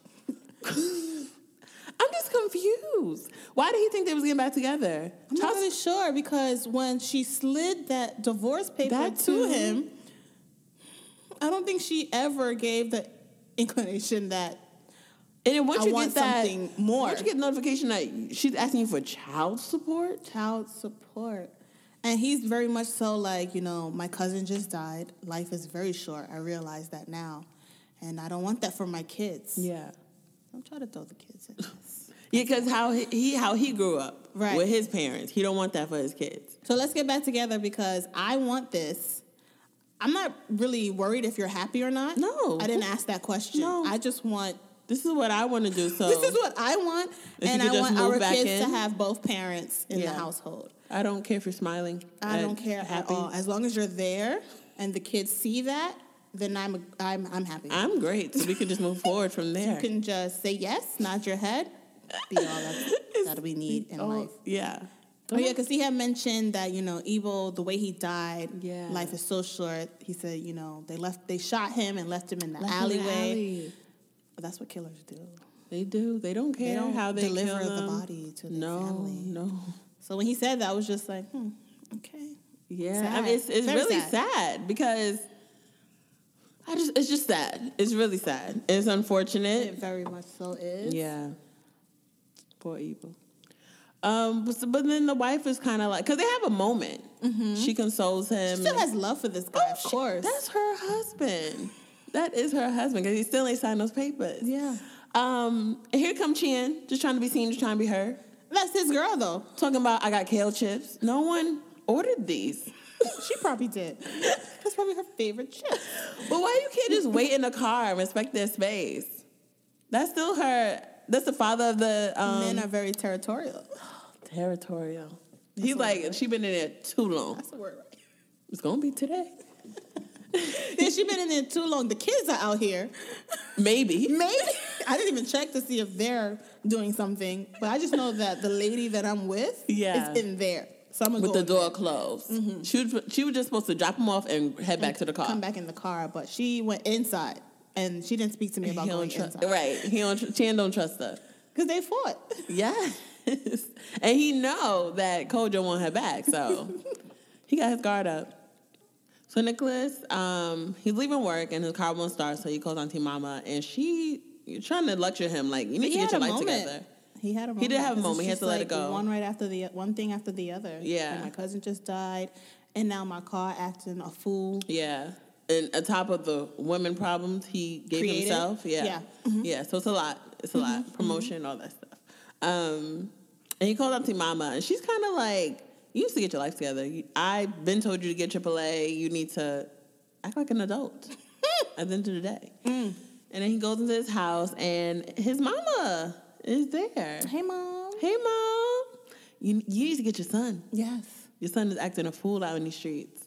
[SPEAKER 2] I'm just confused. Why did he think they was getting back together?
[SPEAKER 1] I'm not really sure because when she slid that divorce paper
[SPEAKER 2] That
[SPEAKER 1] to
[SPEAKER 2] too.
[SPEAKER 1] him, I don't think she ever gave the inclination that
[SPEAKER 2] And then once
[SPEAKER 1] I
[SPEAKER 2] you
[SPEAKER 1] want
[SPEAKER 2] get that,
[SPEAKER 1] something more.
[SPEAKER 2] once you get notification that she's asking you for child support,
[SPEAKER 1] child support. And he's very much so like, you know, my cousin just died. Life is very short. I realize that now. And I don't want that for my kids.
[SPEAKER 2] yeah,
[SPEAKER 1] Don't try to throw the kids in this.
[SPEAKER 2] yeah, because how he, he how he grew up
[SPEAKER 1] Right.
[SPEAKER 2] with his parents, he don't want that for his kids.
[SPEAKER 1] so let's get back together because I want this. I'm not really worried if you're happy or not.
[SPEAKER 2] No.
[SPEAKER 1] I didn't ask that question.
[SPEAKER 2] No.
[SPEAKER 1] I just want
[SPEAKER 2] This is what I want to do. So
[SPEAKER 1] this is what I want.
[SPEAKER 2] If you
[SPEAKER 1] And
[SPEAKER 2] could
[SPEAKER 1] I
[SPEAKER 2] just
[SPEAKER 1] want
[SPEAKER 2] move
[SPEAKER 1] our
[SPEAKER 2] back
[SPEAKER 1] kids to
[SPEAKER 2] in.
[SPEAKER 1] have both parents in
[SPEAKER 2] Yeah.
[SPEAKER 1] the household.
[SPEAKER 2] I don't care if you're smiling.
[SPEAKER 1] I
[SPEAKER 2] Uh,
[SPEAKER 1] don't care at
[SPEAKER 2] happy.
[SPEAKER 1] all. As long as you're there and the kids see that, then I'm I'm I'm happy.
[SPEAKER 2] I'm great, so we can just move forward from there.
[SPEAKER 1] You can just say yes, nod your head, be all that, that we need in
[SPEAKER 2] Oh,
[SPEAKER 1] life.
[SPEAKER 2] Yeah.
[SPEAKER 1] Oh
[SPEAKER 2] Uh-huh.
[SPEAKER 1] yeah, because he had mentioned that you know evil, the way he died.
[SPEAKER 2] Yeah.
[SPEAKER 1] life is so short. He said, you know, they left, they shot him and left him in the
[SPEAKER 2] Left in the
[SPEAKER 1] alleyway.
[SPEAKER 2] alley.
[SPEAKER 1] But that's what killers do.
[SPEAKER 2] They do. They don't care
[SPEAKER 1] They don't
[SPEAKER 2] how they
[SPEAKER 1] deliver
[SPEAKER 2] kill
[SPEAKER 1] the
[SPEAKER 2] them.
[SPEAKER 1] body to the
[SPEAKER 2] no,
[SPEAKER 1] family.
[SPEAKER 2] no.
[SPEAKER 1] So when he said that, I was just like, hmm, okay.
[SPEAKER 2] Yeah, I
[SPEAKER 1] Sad.
[SPEAKER 2] mean, it's it's
[SPEAKER 1] Very
[SPEAKER 2] really sad.
[SPEAKER 1] sad.
[SPEAKER 2] because I just it's just sad. It's really sad. It's
[SPEAKER 1] It
[SPEAKER 2] unfortunate.
[SPEAKER 1] very much so is.
[SPEAKER 2] Yeah, poor evil. Um, but, so- but then the wife is kind of like because they have a moment. She consoles him.
[SPEAKER 1] Mm-hmm. She still has love for this guy,
[SPEAKER 2] Oh,
[SPEAKER 1] of
[SPEAKER 2] she-
[SPEAKER 1] course.
[SPEAKER 2] that's her husband. That is her husband because he still ain't signed those papers.
[SPEAKER 1] Yeah.
[SPEAKER 2] Um, and here come Chan, just trying to be seen, just trying to be heard.
[SPEAKER 1] That's his girl though.
[SPEAKER 2] Talking about I got kale chips. No one ordered these.
[SPEAKER 1] She probably did. That's probably her favorite chip.
[SPEAKER 2] But why you can't just wait in the car and respect their space? That's still her. That's the father of the um,
[SPEAKER 1] Men are very territorial.
[SPEAKER 2] territorial. He's like she been in there too long.
[SPEAKER 1] That's the word, right?
[SPEAKER 2] It's gonna be today,
[SPEAKER 1] Yeah, she been in there too long. The kids are out here.
[SPEAKER 2] maybe.
[SPEAKER 1] Maybe I didn't even check to see if they're doing something, but I just know that the lady that I'm with
[SPEAKER 2] Yeah.
[SPEAKER 1] is in there. So I'm gonna
[SPEAKER 2] With
[SPEAKER 1] go
[SPEAKER 2] the
[SPEAKER 1] in
[SPEAKER 2] door
[SPEAKER 1] there,
[SPEAKER 2] closed, she was she was just supposed to drop him off and head back to the car.
[SPEAKER 1] come back in the car, but she went inside and she didn't speak to me about
[SPEAKER 2] He
[SPEAKER 1] going
[SPEAKER 2] don't tru-
[SPEAKER 1] inside
[SPEAKER 2] right? He don't. Tr- Chan don't trust her.
[SPEAKER 1] because they fought.
[SPEAKER 2] Yes, and he know that Kojo want her back, so he got his guard up. So Nicholas, um, he's leaving work and his car won't start, so he calls Auntie Mama, and she trying to lecture him like you need to get your life together.
[SPEAKER 1] He had a moment.
[SPEAKER 2] He did
[SPEAKER 1] 'cause
[SPEAKER 2] have a
[SPEAKER 1] it's
[SPEAKER 2] moment. He had
[SPEAKER 1] just
[SPEAKER 2] to let
[SPEAKER 1] like
[SPEAKER 2] it go.
[SPEAKER 1] One right after the one thing after the other.
[SPEAKER 2] Yeah.
[SPEAKER 1] And my cousin just died, and now my car acting a fool.
[SPEAKER 2] Yeah, and on top of the women problems he gave
[SPEAKER 1] Created?
[SPEAKER 2] himself, yeah,
[SPEAKER 1] Yeah. Mm-hmm.
[SPEAKER 2] Yeah, So it's a lot. It's a lot. Promotion, all that stuff. Um, and he called Auntie Mama, and she's kind of like, "You used to get your life together. You- I've been told you to get AAA. You need to act like an adult." at the end of the day,
[SPEAKER 1] Mm.
[SPEAKER 2] and then he goes into his house, and his mama is there.
[SPEAKER 1] Hey, mom.
[SPEAKER 2] Hey, mom. You, you need to get your son.
[SPEAKER 1] Yes.
[SPEAKER 2] Your son is acting a fool out in these streets.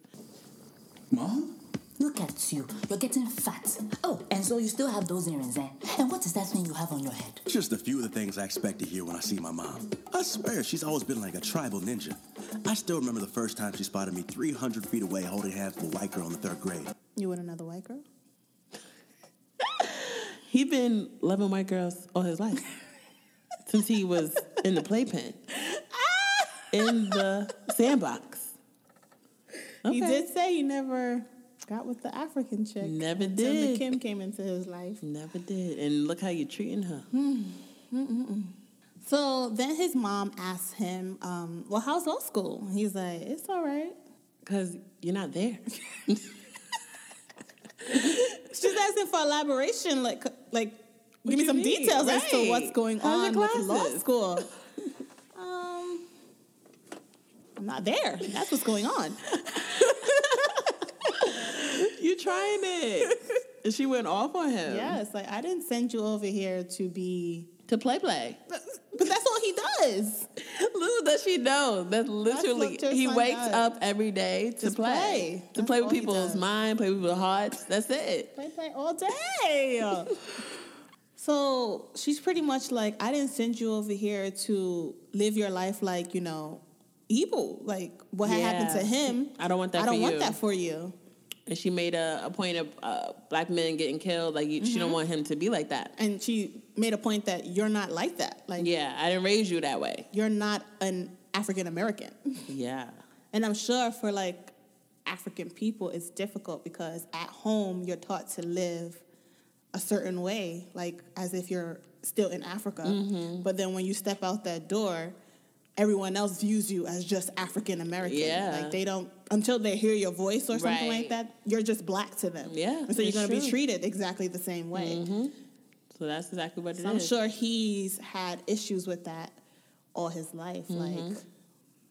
[SPEAKER 5] Mom?
[SPEAKER 7] Look at you. You're getting fat. Oh, and so you still have those earrings, eh? And what is that thing you have on your head?
[SPEAKER 8] Just a few of the things I expect to hear when I see my mom. I swear, she's always been like a tribal ninja. I still remember the first time she spotted me 300 feet away holding hands with a white girl in the third grade.
[SPEAKER 1] You with another white girl?
[SPEAKER 2] He been loving white girls all his life since he was in the playpen, in the sandbox.
[SPEAKER 1] He
[SPEAKER 2] Okay.
[SPEAKER 1] did say he never got with the African chick.
[SPEAKER 2] Never
[SPEAKER 1] until
[SPEAKER 2] did.
[SPEAKER 1] Kim came into his life.
[SPEAKER 2] Never did, and look how you're treating her.
[SPEAKER 1] So then his mom asked him, um, "Well, how's law school?" He's like, "It's all right."
[SPEAKER 2] Cause you're not there.
[SPEAKER 1] She's asking for elaboration, like, like,
[SPEAKER 2] What
[SPEAKER 1] give me
[SPEAKER 2] you
[SPEAKER 1] some
[SPEAKER 2] mean?
[SPEAKER 1] details as to
[SPEAKER 2] Right.
[SPEAKER 1] what's going
[SPEAKER 2] How's
[SPEAKER 1] on
[SPEAKER 2] your
[SPEAKER 1] with law
[SPEAKER 2] classes?
[SPEAKER 1] school. um, I'm not there. That's what's going on.
[SPEAKER 2] You're trying it, and she went off on him.
[SPEAKER 1] Yeah, it's like I didn't send you over here to be.
[SPEAKER 2] To play, play.
[SPEAKER 1] But that's all he does.
[SPEAKER 2] Little does she know that literally
[SPEAKER 1] what your
[SPEAKER 2] he
[SPEAKER 1] son
[SPEAKER 2] wakes
[SPEAKER 1] does.
[SPEAKER 2] up every day to
[SPEAKER 1] Just
[SPEAKER 2] play,
[SPEAKER 1] play.
[SPEAKER 2] to
[SPEAKER 1] That's
[SPEAKER 2] play with
[SPEAKER 1] all he
[SPEAKER 2] people's
[SPEAKER 1] does.
[SPEAKER 2] mind, play with people's hearts. That's it.
[SPEAKER 1] Play play all day. so she's pretty much like, I didn't send you over here to live your life like, you know, evil. Like what had happened to
[SPEAKER 2] Yeah.
[SPEAKER 1] him.
[SPEAKER 2] I don't want that
[SPEAKER 1] I don't
[SPEAKER 2] for
[SPEAKER 1] want
[SPEAKER 2] you.
[SPEAKER 1] that for you.
[SPEAKER 2] and she made a, a point of uh, black men getting killed. Like you, she
[SPEAKER 1] Mm-hmm.
[SPEAKER 2] don't want him to be like that.
[SPEAKER 1] And she made a point that you're not like that. Like
[SPEAKER 2] Yeah, I didn't raise you that way.
[SPEAKER 1] you're not an African American.
[SPEAKER 2] Yeah,
[SPEAKER 1] And I'm sure for like African people, it's difficult because at home you're taught to live a certain way, like as if you're still in Africa.
[SPEAKER 2] Mm-hmm.
[SPEAKER 1] But then when you step out that door, everyone else views you as just African American.
[SPEAKER 2] Yeah.
[SPEAKER 1] Like they don't until they hear your voice or something
[SPEAKER 2] Right.
[SPEAKER 1] like that, you're just black to them.
[SPEAKER 2] Yeah,
[SPEAKER 1] And so you're
[SPEAKER 2] it's
[SPEAKER 1] gonna
[SPEAKER 2] true.
[SPEAKER 1] be treated exactly the same way.
[SPEAKER 2] so that's exactly what it is.
[SPEAKER 1] So I'm sure he's had issues with that all his life.
[SPEAKER 2] Mm-hmm.
[SPEAKER 1] Like,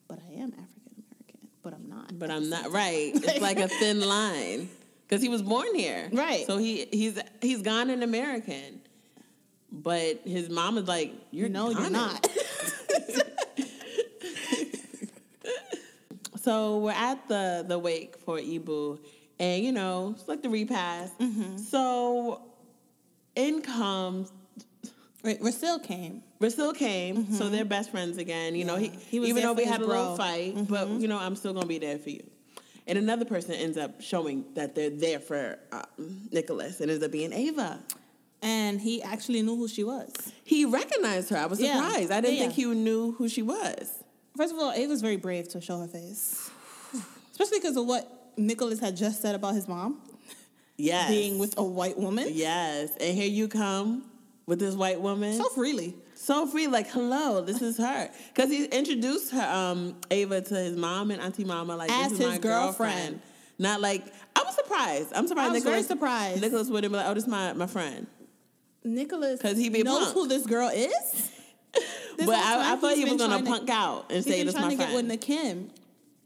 [SPEAKER 1] but I am African American, but I'm not.
[SPEAKER 2] but I'm not right. It's like a thin line because he was born here,
[SPEAKER 1] Right.
[SPEAKER 2] So he he's he's Ghanaian American, but his mom is like, "You're
[SPEAKER 1] no, you're
[SPEAKER 2] Ghanaian."
[SPEAKER 1] not.
[SPEAKER 2] So we're at the the wake for Ibu, and you know it's like the repast.
[SPEAKER 1] Mm-hmm.
[SPEAKER 2] So in comes
[SPEAKER 1] Ra- Rasil came.
[SPEAKER 2] Rasil came, so they're best friends again. You know, Mm-hmm. he,
[SPEAKER 1] He was
[SPEAKER 2] even
[SPEAKER 1] there
[SPEAKER 2] though
[SPEAKER 1] for
[SPEAKER 2] we
[SPEAKER 1] his
[SPEAKER 2] had a
[SPEAKER 1] bro.
[SPEAKER 2] little fight, Mm-hmm. but you know, I'm still gonna be there for you. And another person ends up showing that they're there for uh, Nicholas, and ends up being Ava.
[SPEAKER 1] And he actually knew who she was.
[SPEAKER 2] He recognized her. I was
[SPEAKER 1] Yeah.
[SPEAKER 2] surprised. I didn't
[SPEAKER 1] Yeah,
[SPEAKER 2] think he knew who she was.
[SPEAKER 1] First of all, Ava's very brave to show her face, especially because of what Nicholas had just said about his mom
[SPEAKER 2] Yes,
[SPEAKER 1] being with a white woman.
[SPEAKER 2] yes. And here you come with this white woman.
[SPEAKER 1] So freely.
[SPEAKER 2] so free, like hello, this is her. Because he introduced her, um, Ava to his mom and auntie mama, like
[SPEAKER 1] As
[SPEAKER 2] this is my
[SPEAKER 1] his girlfriend.
[SPEAKER 2] girlfriend. Not like I was surprised. I'm surprised.
[SPEAKER 1] I was
[SPEAKER 2] Nicholas,
[SPEAKER 1] very surprised.
[SPEAKER 2] Nicholas would have been like, oh, this is my my friend.
[SPEAKER 1] Nicholas
[SPEAKER 2] 'Cause he be a
[SPEAKER 1] knows
[SPEAKER 2] punk.
[SPEAKER 1] who this girl is. This whole
[SPEAKER 2] but I, I
[SPEAKER 1] time
[SPEAKER 2] thought
[SPEAKER 1] he's
[SPEAKER 2] he was
[SPEAKER 1] been
[SPEAKER 2] gonna
[SPEAKER 1] trying to-
[SPEAKER 2] punk out and
[SPEAKER 1] He's
[SPEAKER 2] say
[SPEAKER 1] been
[SPEAKER 2] this is
[SPEAKER 1] trying
[SPEAKER 2] my
[SPEAKER 1] to get with
[SPEAKER 2] friend.
[SPEAKER 1] Nakim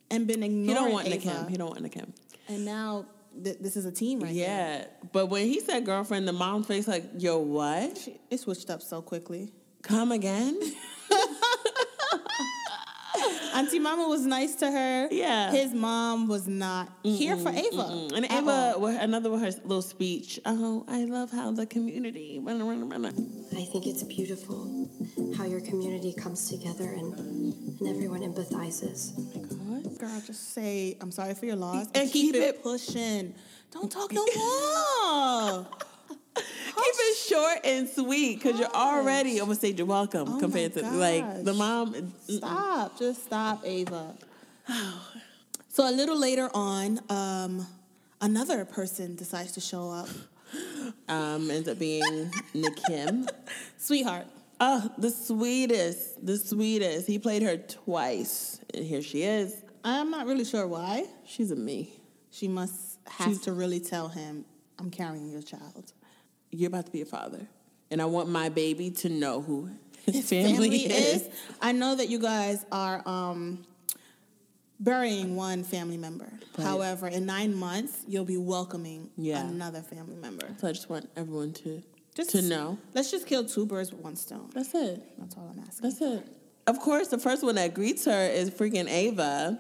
[SPEAKER 1] and been
[SPEAKER 2] he
[SPEAKER 1] ignoring
[SPEAKER 2] don't want
[SPEAKER 1] Ava.
[SPEAKER 2] Nakim. He don't want Nakim.
[SPEAKER 1] And now th- this is a team right here.
[SPEAKER 2] Yeah, but when he said girlfriend, the mom's face like, yo, what?
[SPEAKER 1] She- It switched up so quickly.
[SPEAKER 2] Come again?
[SPEAKER 1] Auntie Mama was nice to her.
[SPEAKER 2] Yeah.
[SPEAKER 1] His mom was not here for Ava.
[SPEAKER 2] Mm. And
[SPEAKER 1] at all.
[SPEAKER 2] Ava, with another with her little speech. Oh, I love how the community. Run, run, run, run.
[SPEAKER 9] I think it's beautiful how your community comes together and, and everyone empathizes.
[SPEAKER 1] Girl, just say I'm sorry for your loss and,
[SPEAKER 2] And
[SPEAKER 1] keep,
[SPEAKER 2] keep
[SPEAKER 1] it,
[SPEAKER 2] it-
[SPEAKER 1] pushing. Don't talk no more.
[SPEAKER 2] Keep it short and sweet because you're already almost say you're welcome
[SPEAKER 1] Oh my
[SPEAKER 2] compared to like the
[SPEAKER 1] gosh.
[SPEAKER 2] mom.
[SPEAKER 1] Stop. Just stop, Ava. So a little later on, um, another person decides to show up.
[SPEAKER 2] Um, ends up being Nikim.
[SPEAKER 1] Sweetheart.
[SPEAKER 2] Oh, the sweetest, the sweetest. He played her twice, and here she is.
[SPEAKER 1] I'm not really sure why.
[SPEAKER 2] She's a me.
[SPEAKER 1] She must have to really tell him, I'm carrying your child.
[SPEAKER 2] You're about to be a father, and I want my baby to know who his, family,
[SPEAKER 1] family
[SPEAKER 2] is.
[SPEAKER 1] is. I know that you guys are um, burying one family member. However, in nine months, you'll be welcoming
[SPEAKER 2] Yeah.
[SPEAKER 1] another family member.
[SPEAKER 2] So I just want everyone to
[SPEAKER 1] Just
[SPEAKER 2] to know.
[SPEAKER 1] Let's just kill two birds with one stone.
[SPEAKER 2] That's it.
[SPEAKER 1] That's all I'm asking.
[SPEAKER 2] That's it. Of course, the first one that greets her is freaking Ava.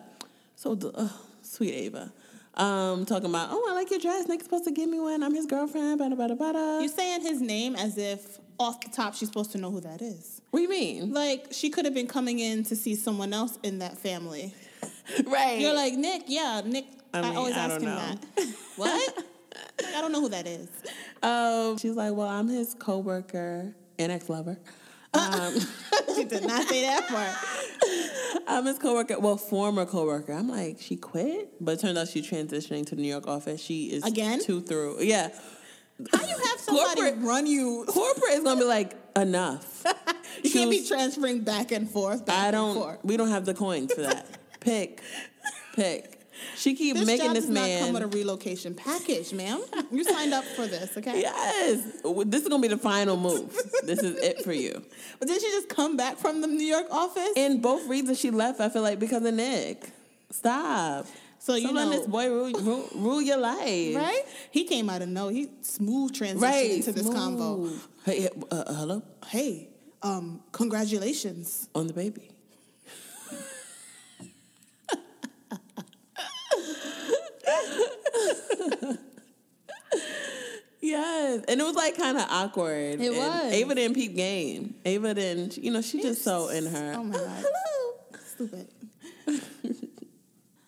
[SPEAKER 2] So d- ugh, sweet Ava. Um, talking about, oh, I like your dress. Nick's supposed to give me one. I'm his girlfriend. Bada bada bada.
[SPEAKER 1] You're saying his name as if off the top she's supposed to know who that is.
[SPEAKER 2] what do you mean?
[SPEAKER 1] Like she could have been coming in to see someone else in that family.
[SPEAKER 2] Right.
[SPEAKER 1] You're like Nick, yeah, Nick.
[SPEAKER 2] I
[SPEAKER 1] I,
[SPEAKER 2] mean,
[SPEAKER 1] always
[SPEAKER 2] I
[SPEAKER 1] ask
[SPEAKER 2] don't
[SPEAKER 1] him
[SPEAKER 2] know.
[SPEAKER 1] that. what? Like, I don't know who that is.
[SPEAKER 2] um, she's like, well, I'm his coworker and ex lover. Um,
[SPEAKER 1] She did not say that part.
[SPEAKER 2] I'm his coworker. Well, former coworker. I'm like, she quit, but it turns out she's transitioning to the New York office. She is
[SPEAKER 1] Again?
[SPEAKER 2] two through. Yeah.
[SPEAKER 1] How you have somebody
[SPEAKER 2] Corporate-
[SPEAKER 1] run you?
[SPEAKER 2] Corporate is gonna be like enough.
[SPEAKER 1] You can't be
[SPEAKER 2] Choose-
[SPEAKER 1] transferring back and forth. Back
[SPEAKER 2] I don't.
[SPEAKER 1] And forth.
[SPEAKER 2] We don't have the coins for that. pick, pick. She keep
[SPEAKER 1] This
[SPEAKER 2] making
[SPEAKER 1] job
[SPEAKER 2] this
[SPEAKER 1] does not come with
[SPEAKER 2] man.
[SPEAKER 1] a relocation package, ma'am. You signed up for this, okay?
[SPEAKER 2] Yes, this is gonna be the final move. this is it for you.
[SPEAKER 1] But did she just come back from the New York office?
[SPEAKER 2] In both reasons she left, I feel like because of Nick. Stop.
[SPEAKER 1] so you
[SPEAKER 2] Don't
[SPEAKER 1] know,
[SPEAKER 2] let this boy rule, rule, rule your life.
[SPEAKER 1] right? He came out of no. He smooth transition
[SPEAKER 2] Right.
[SPEAKER 1] into this convo.
[SPEAKER 2] Smooth. Hey, uh, uh, hello
[SPEAKER 1] Hey, um, congratulations.
[SPEAKER 2] on the baby. Yes, and it was like kind of
[SPEAKER 1] It
[SPEAKER 2] awkward. And
[SPEAKER 1] was.
[SPEAKER 2] Ava didn't peep game. Ava didn't. You know, she just so in her.
[SPEAKER 1] Oh my god.
[SPEAKER 2] Hello.
[SPEAKER 1] Stupid.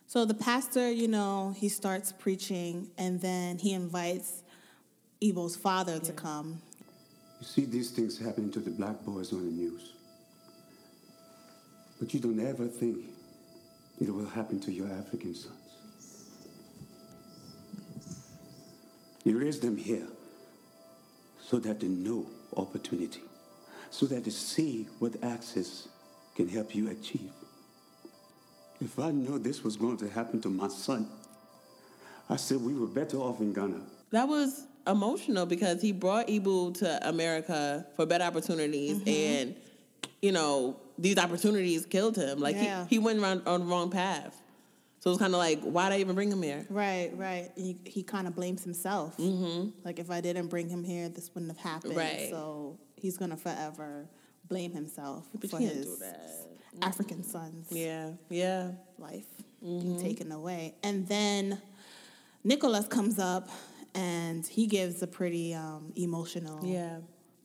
[SPEAKER 1] So the pastor, you know, he starts preaching and then he invites Ebo's father to come.
[SPEAKER 10] You see these things happening to the black boys on the news. But you don't ever think it will happen to your African sons. You raise them here so that they know opportunity, so that they see what access can help you achieve. If I knew this was going to happen to my son, I said we were better off in Ghana.
[SPEAKER 2] That was emotional because he brought Ibu to America for better opportunities,
[SPEAKER 1] Mm-hmm.
[SPEAKER 2] and you know these opportunities killed him. Like
[SPEAKER 1] Yeah.
[SPEAKER 2] he, he went around on the wrong path. So it was kind of like, why'd I even bring him here?
[SPEAKER 1] Right, right. He, he kind of blames himself. Mm-hmm. Like, if I didn't bring him here, this wouldn't have happened.
[SPEAKER 2] Right.
[SPEAKER 1] So he's going to forever blame himself
[SPEAKER 2] But
[SPEAKER 1] for
[SPEAKER 2] you can't
[SPEAKER 1] his
[SPEAKER 2] do that. Mm-hmm.
[SPEAKER 1] African son's
[SPEAKER 2] Yeah, Mm-hmm. yeah.
[SPEAKER 1] life being taken away. And then Nicholas comes up and he gives a pretty um, emotional
[SPEAKER 2] Yeah.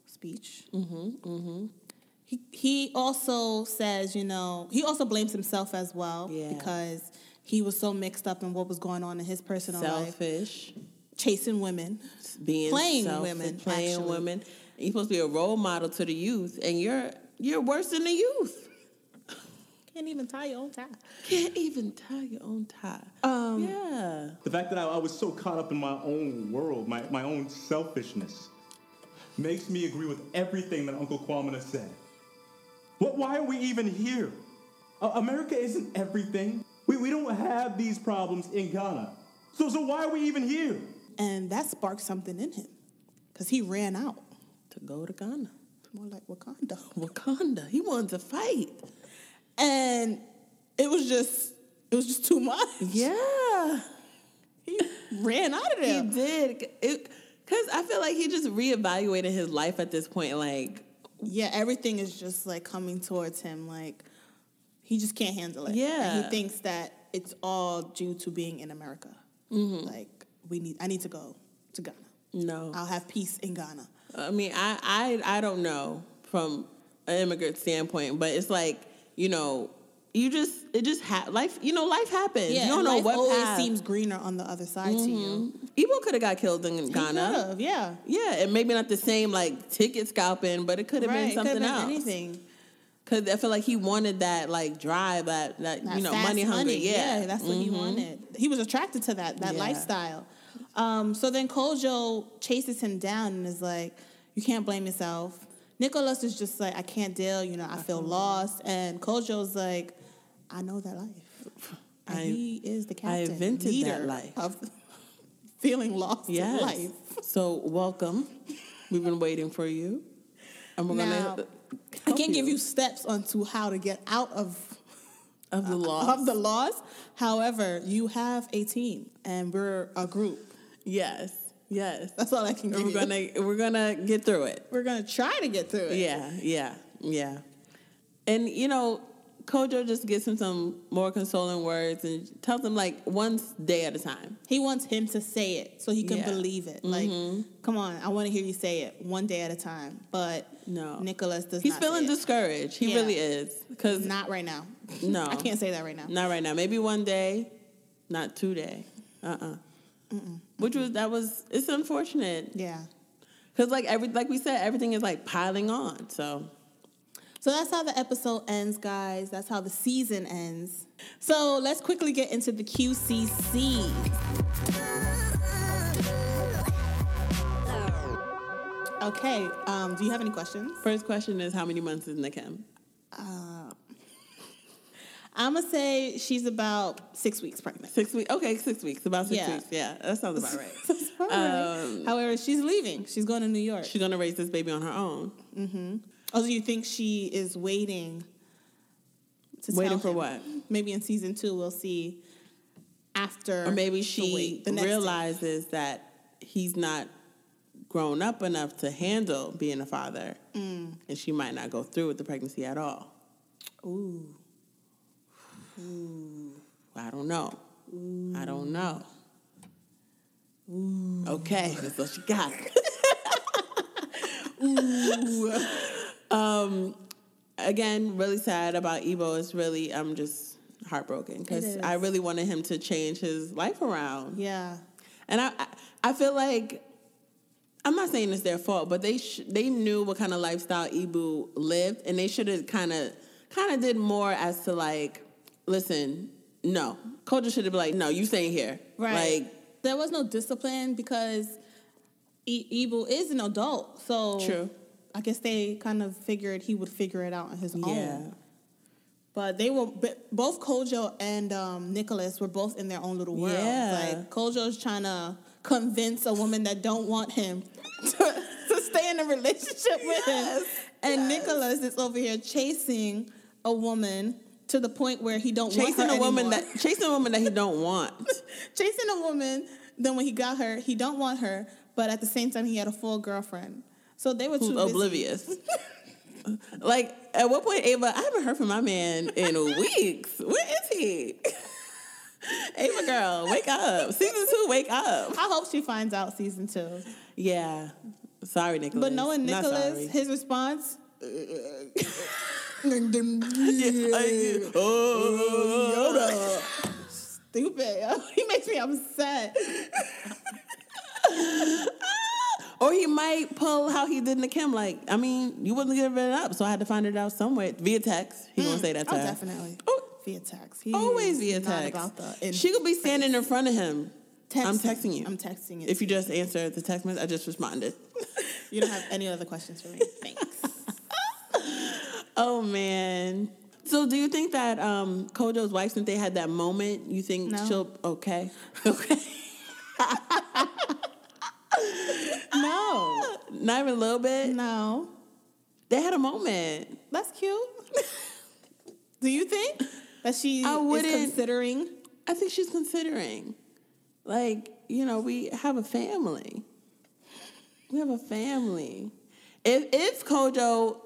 [SPEAKER 1] speech. Mm-hmm, mm-hmm. He, he also says, you know, he also blames himself as well
[SPEAKER 2] Yeah.
[SPEAKER 1] because he was so mixed up in what was going on in his personal life,
[SPEAKER 2] Selfish,
[SPEAKER 1] chasing women.
[SPEAKER 2] being
[SPEAKER 1] Playing
[SPEAKER 2] selfish,
[SPEAKER 1] women,
[SPEAKER 2] playing
[SPEAKER 1] actually.
[SPEAKER 2] women. You're supposed to be a role model to the youth, and you're you're worse than the youth.
[SPEAKER 1] Can't even tie your own tie.
[SPEAKER 2] Can't even tie your own tie. Um, yeah.
[SPEAKER 6] The fact that I, I was so caught up in my own world, my, my own selfishness, makes me agree with everything that Uncle Kwamina said. What, why are we even here? A- America isn't everything. We, we don't have these problems in Ghana. So, so why are we even here?
[SPEAKER 1] And that sparked something in him because he ran out.
[SPEAKER 2] To go to Ghana,
[SPEAKER 1] More like Wakanda.
[SPEAKER 2] Wakanda. He wanted to fight.
[SPEAKER 1] And it was just, it was just too much.
[SPEAKER 2] Yeah.
[SPEAKER 1] He ran out of
[SPEAKER 2] He
[SPEAKER 1] there.
[SPEAKER 2] did. It, Cause I feel like he just reevaluated his life at this point. Like,
[SPEAKER 1] yeah, everything is just like coming towards him. Like he just can't handle it. and
[SPEAKER 2] Yeah.
[SPEAKER 1] he thinks that it's all due to being in America. Like we need, I need to go to Ghana.
[SPEAKER 2] no.
[SPEAKER 1] I'll have peace in Ghana.
[SPEAKER 2] I mean, I, I I don't know from an immigrant standpoint, but it's like you know, you just it just ha- life. You know, life happens. you don't
[SPEAKER 1] and
[SPEAKER 2] know
[SPEAKER 1] life
[SPEAKER 2] what
[SPEAKER 1] always
[SPEAKER 2] path.
[SPEAKER 1] seems greener on the other side to you.
[SPEAKER 2] Ebo could have got killed in
[SPEAKER 1] He
[SPEAKER 2] Ghana.
[SPEAKER 1] could've, Mm-hmm. yeah,
[SPEAKER 2] Yeah, and maybe not the same like ticket scalping, but it could have
[SPEAKER 1] Right,
[SPEAKER 2] been
[SPEAKER 1] it could've
[SPEAKER 2] something
[SPEAKER 1] been
[SPEAKER 2] else.
[SPEAKER 1] Anything.
[SPEAKER 2] Cause I feel like he wanted that like drive, that that,
[SPEAKER 1] That
[SPEAKER 2] you know
[SPEAKER 1] fast
[SPEAKER 2] money hungry. Yeah, Mm-hmm.
[SPEAKER 1] that's what he wanted. He was attracted to that that
[SPEAKER 2] Yeah.
[SPEAKER 1] lifestyle. Um, so then Kojo chases him down and is like, "You can't blame yourself." Nicholas is just like, "I can't deal. You know, I
[SPEAKER 2] Uh-huh.
[SPEAKER 1] feel lost." And Kojo's like, "I know that life. And
[SPEAKER 2] I-
[SPEAKER 1] he is the
[SPEAKER 2] I
[SPEAKER 1] captain.
[SPEAKER 2] invented that
[SPEAKER 1] leader
[SPEAKER 2] life.
[SPEAKER 1] of feeling lost in
[SPEAKER 2] yes.
[SPEAKER 1] life."
[SPEAKER 2] So welcome. We've been waiting for you, and we're
[SPEAKER 1] Now,
[SPEAKER 2] gonna
[SPEAKER 1] I
[SPEAKER 2] uh, help
[SPEAKER 1] can give you steps onto how to get out of
[SPEAKER 2] of
[SPEAKER 1] uh,
[SPEAKER 2] the law.
[SPEAKER 1] of the laws. However, you have a team, and we're a group.
[SPEAKER 2] yes, yes.
[SPEAKER 1] That's all I can give
[SPEAKER 2] we're
[SPEAKER 1] you.
[SPEAKER 2] gonna we're gonna get through it.
[SPEAKER 1] we're gonna try to get through it.
[SPEAKER 2] Yeah, yeah, yeah. And you know, Kojo just gives him some more consoling words and tells him like one day at a time.
[SPEAKER 1] He wants him to say it so he can
[SPEAKER 2] Yeah. Mm-hmm.
[SPEAKER 1] believe it. Like, come on, I want to hear you say it one day at a time. But
[SPEAKER 2] No,
[SPEAKER 1] Nicholas does.
[SPEAKER 2] He's
[SPEAKER 1] not
[SPEAKER 2] feeling
[SPEAKER 1] say it.
[SPEAKER 2] discouraged. He
[SPEAKER 1] Yeah.
[SPEAKER 2] really is because
[SPEAKER 1] Not right now.
[SPEAKER 2] No.
[SPEAKER 1] I can't say that right now.
[SPEAKER 2] not right now. Maybe one day, not two day. Uh uh Which was that was it's unfortunate
[SPEAKER 1] Yeah.
[SPEAKER 2] because like every like we said everything is like piling on. So
[SPEAKER 1] So that's how the episode ends, guys. That's how the season ends. So let's quickly get into the QCC. Okay. Um, do you have any questions?
[SPEAKER 2] first question is how many months is Nikem?
[SPEAKER 1] I'm gonna say she's about six weeks pregnant.
[SPEAKER 2] Six weeks. Okay, six weeks. About six
[SPEAKER 1] Yeah.
[SPEAKER 2] weeks. Yeah, that sounds about right.
[SPEAKER 1] Alright. Um, However, she's leaving. She's going to New York.
[SPEAKER 2] She's gonna raise this baby on her own.
[SPEAKER 1] Also, you think she is waiting? To
[SPEAKER 2] Waiting
[SPEAKER 1] tell
[SPEAKER 2] for
[SPEAKER 1] him.
[SPEAKER 2] what?
[SPEAKER 1] Maybe in season two we'll see. After
[SPEAKER 2] Or maybe
[SPEAKER 1] the
[SPEAKER 2] she
[SPEAKER 1] wait, the next
[SPEAKER 2] realizes that he's not grown up enough to handle being a father,
[SPEAKER 1] Mm.
[SPEAKER 2] and she might not go through with the pregnancy at all.
[SPEAKER 1] day. Ooh,
[SPEAKER 2] I don't know. I don't know. Okay, that's what she got. Ooh. Um, again, really sad about Ebo. It's really I'm just heartbroken because
[SPEAKER 1] is.
[SPEAKER 2] I really wanted him to change his life around.
[SPEAKER 1] Yeah.
[SPEAKER 2] And I, I, I feel like I'm not saying it's their fault, but they sh- they knew what kind of lifestyle Ibu lived, and they should have kind of kind of did more as to like, listen, no, culture should have been like, no, you staying here,
[SPEAKER 1] Right.
[SPEAKER 2] Like,
[SPEAKER 1] there was no discipline because e- Ebu is an adult. So
[SPEAKER 2] True.
[SPEAKER 1] I guess they kind of figured he would figure it out on his
[SPEAKER 2] Yeah.
[SPEAKER 1] own. But they were b- both Kojo and um, Nicholas were both in their own little world.
[SPEAKER 2] Yeah.
[SPEAKER 1] Like Kojo's trying to convince a woman that don't want him to, to stay in a relationship with him, and Nicholas is over here chasing a woman to the point where he don't
[SPEAKER 2] chasing
[SPEAKER 1] want her
[SPEAKER 2] a woman
[SPEAKER 1] anymore
[SPEAKER 2] that chasing a woman that he don't want.
[SPEAKER 1] chasing a woman. Then when he got her, he don't want her, but at the same time he had a full girlfriend. So they were
[SPEAKER 2] who's
[SPEAKER 1] too busy.
[SPEAKER 2] oblivious. like at what point, Ava? I haven't heard from my man in weeks. Where is he? Ava girl, wake up. Season two, wake up.
[SPEAKER 1] I hope she finds out season two.
[SPEAKER 2] Yeah. Sorry, Nicholas.
[SPEAKER 1] But knowing
[SPEAKER 2] Not sorry.
[SPEAKER 1] Nicholas, his response.
[SPEAKER 2] I- oh,
[SPEAKER 1] Stupid. yo. He makes me upset.
[SPEAKER 2] Or he might pull how he did in the Kim. Like, I mean, you wouldn't give it up, so I had to find it out somewhere via text. He gonna say that to
[SPEAKER 1] Oh,
[SPEAKER 2] her.
[SPEAKER 1] definitely.
[SPEAKER 2] Oh,
[SPEAKER 1] Via text. He
[SPEAKER 2] always
[SPEAKER 1] is
[SPEAKER 2] via
[SPEAKER 1] not
[SPEAKER 2] text.
[SPEAKER 1] about the- and
[SPEAKER 2] she could be standing in front of him. I'm texting you.
[SPEAKER 1] I'm texting you.
[SPEAKER 2] If you just answer the text message, I just responded.
[SPEAKER 1] you don't have any other questions for me, thanks.
[SPEAKER 2] Oh man. So do you think that um Kojo's wife, since they had that moment, you think
[SPEAKER 1] No.
[SPEAKER 2] she'll okay? Okay.
[SPEAKER 1] No,
[SPEAKER 2] Not even a little bit.
[SPEAKER 1] no.
[SPEAKER 2] They had a moment.
[SPEAKER 1] That's cute. Do you think that she
[SPEAKER 2] I wouldn't-
[SPEAKER 1] is considering?
[SPEAKER 2] I think she's considering. Like, you know, we have a family. We have a family. If if Kojo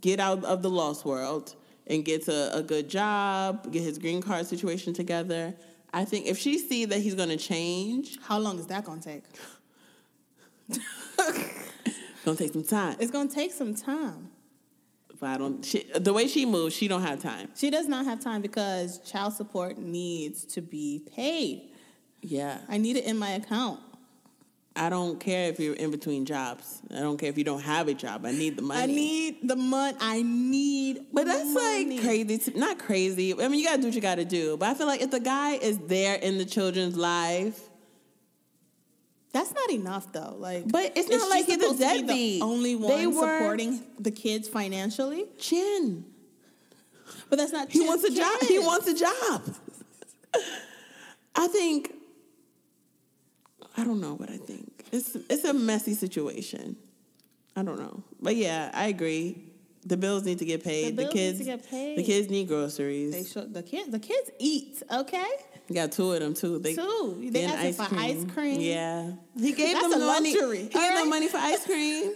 [SPEAKER 2] get out of the lost world and gets a, a good job, get his green card situation together, I think if she sees that he's gonna change,
[SPEAKER 1] How long is that gonna take?
[SPEAKER 2] it's gonna take some time.
[SPEAKER 1] It's gonna take some time.
[SPEAKER 2] But I don't. She, the way she moves, she don't have time.
[SPEAKER 1] She does not have time because child support needs to be paid.
[SPEAKER 2] Yeah,
[SPEAKER 1] I need it in my account.
[SPEAKER 2] I don't care if you're in between jobs. I don't care if you don't have a job. I need the money.
[SPEAKER 1] I need the money. I need.
[SPEAKER 2] But that's
[SPEAKER 1] money.
[SPEAKER 2] like crazy. To, not crazy. I mean, you gotta do what you gotta do. But I feel like if the guy is there in the children's life,
[SPEAKER 1] That's not enough though. Like,
[SPEAKER 2] But it's not
[SPEAKER 1] is she
[SPEAKER 2] like he's a
[SPEAKER 1] supposed to be
[SPEAKER 2] deadbeat.
[SPEAKER 1] The only one
[SPEAKER 2] They were-
[SPEAKER 1] supporting the kids financially.
[SPEAKER 2] Chin,
[SPEAKER 1] But that's not.
[SPEAKER 2] he
[SPEAKER 1] just
[SPEAKER 2] wants a job.
[SPEAKER 1] kids.
[SPEAKER 2] He wants a job. I think. I don't know what I think. It's it's a messy situation. I don't know, but yeah, I agree. The bills need to get paid. The,
[SPEAKER 1] bills need
[SPEAKER 2] kids
[SPEAKER 1] to get paid.
[SPEAKER 2] The kids need
[SPEAKER 1] They
[SPEAKER 2] groceries.
[SPEAKER 1] show, the kids. The kids eat. Okay.
[SPEAKER 2] You got two of them too. They
[SPEAKER 1] Two. They
[SPEAKER 2] and
[SPEAKER 1] asking for ice cream.
[SPEAKER 2] Yeah, he gave
[SPEAKER 1] That's
[SPEAKER 2] them
[SPEAKER 1] a
[SPEAKER 2] the money.
[SPEAKER 1] luxury,
[SPEAKER 2] He gave
[SPEAKER 1] all right?
[SPEAKER 2] them money for ice cream.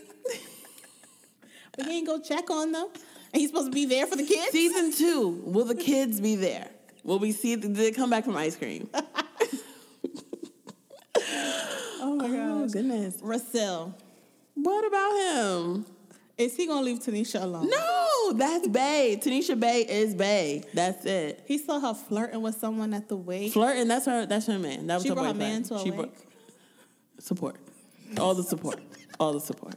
[SPEAKER 1] But he ain't go check on them. And he's supposed to be there for the kids.
[SPEAKER 2] Season two. Will the kids be there? Will we see? Did they come back from ice cream?
[SPEAKER 1] oh my
[SPEAKER 2] Oh
[SPEAKER 1] gosh.
[SPEAKER 2] goodness.
[SPEAKER 1] Russell,
[SPEAKER 2] What about him?
[SPEAKER 1] is he gonna leave Tanisha alone?
[SPEAKER 2] No, that's Bay. Tanisha Bay is Bay. That's it.
[SPEAKER 1] He saw her flirting with someone at the wake.
[SPEAKER 2] Flirting. That's her. That's her man. That was
[SPEAKER 1] She
[SPEAKER 2] her
[SPEAKER 1] brought her
[SPEAKER 2] boyfriend.
[SPEAKER 1] man to a
[SPEAKER 2] She
[SPEAKER 1] wake.
[SPEAKER 2] brought- support. All the support. All the support.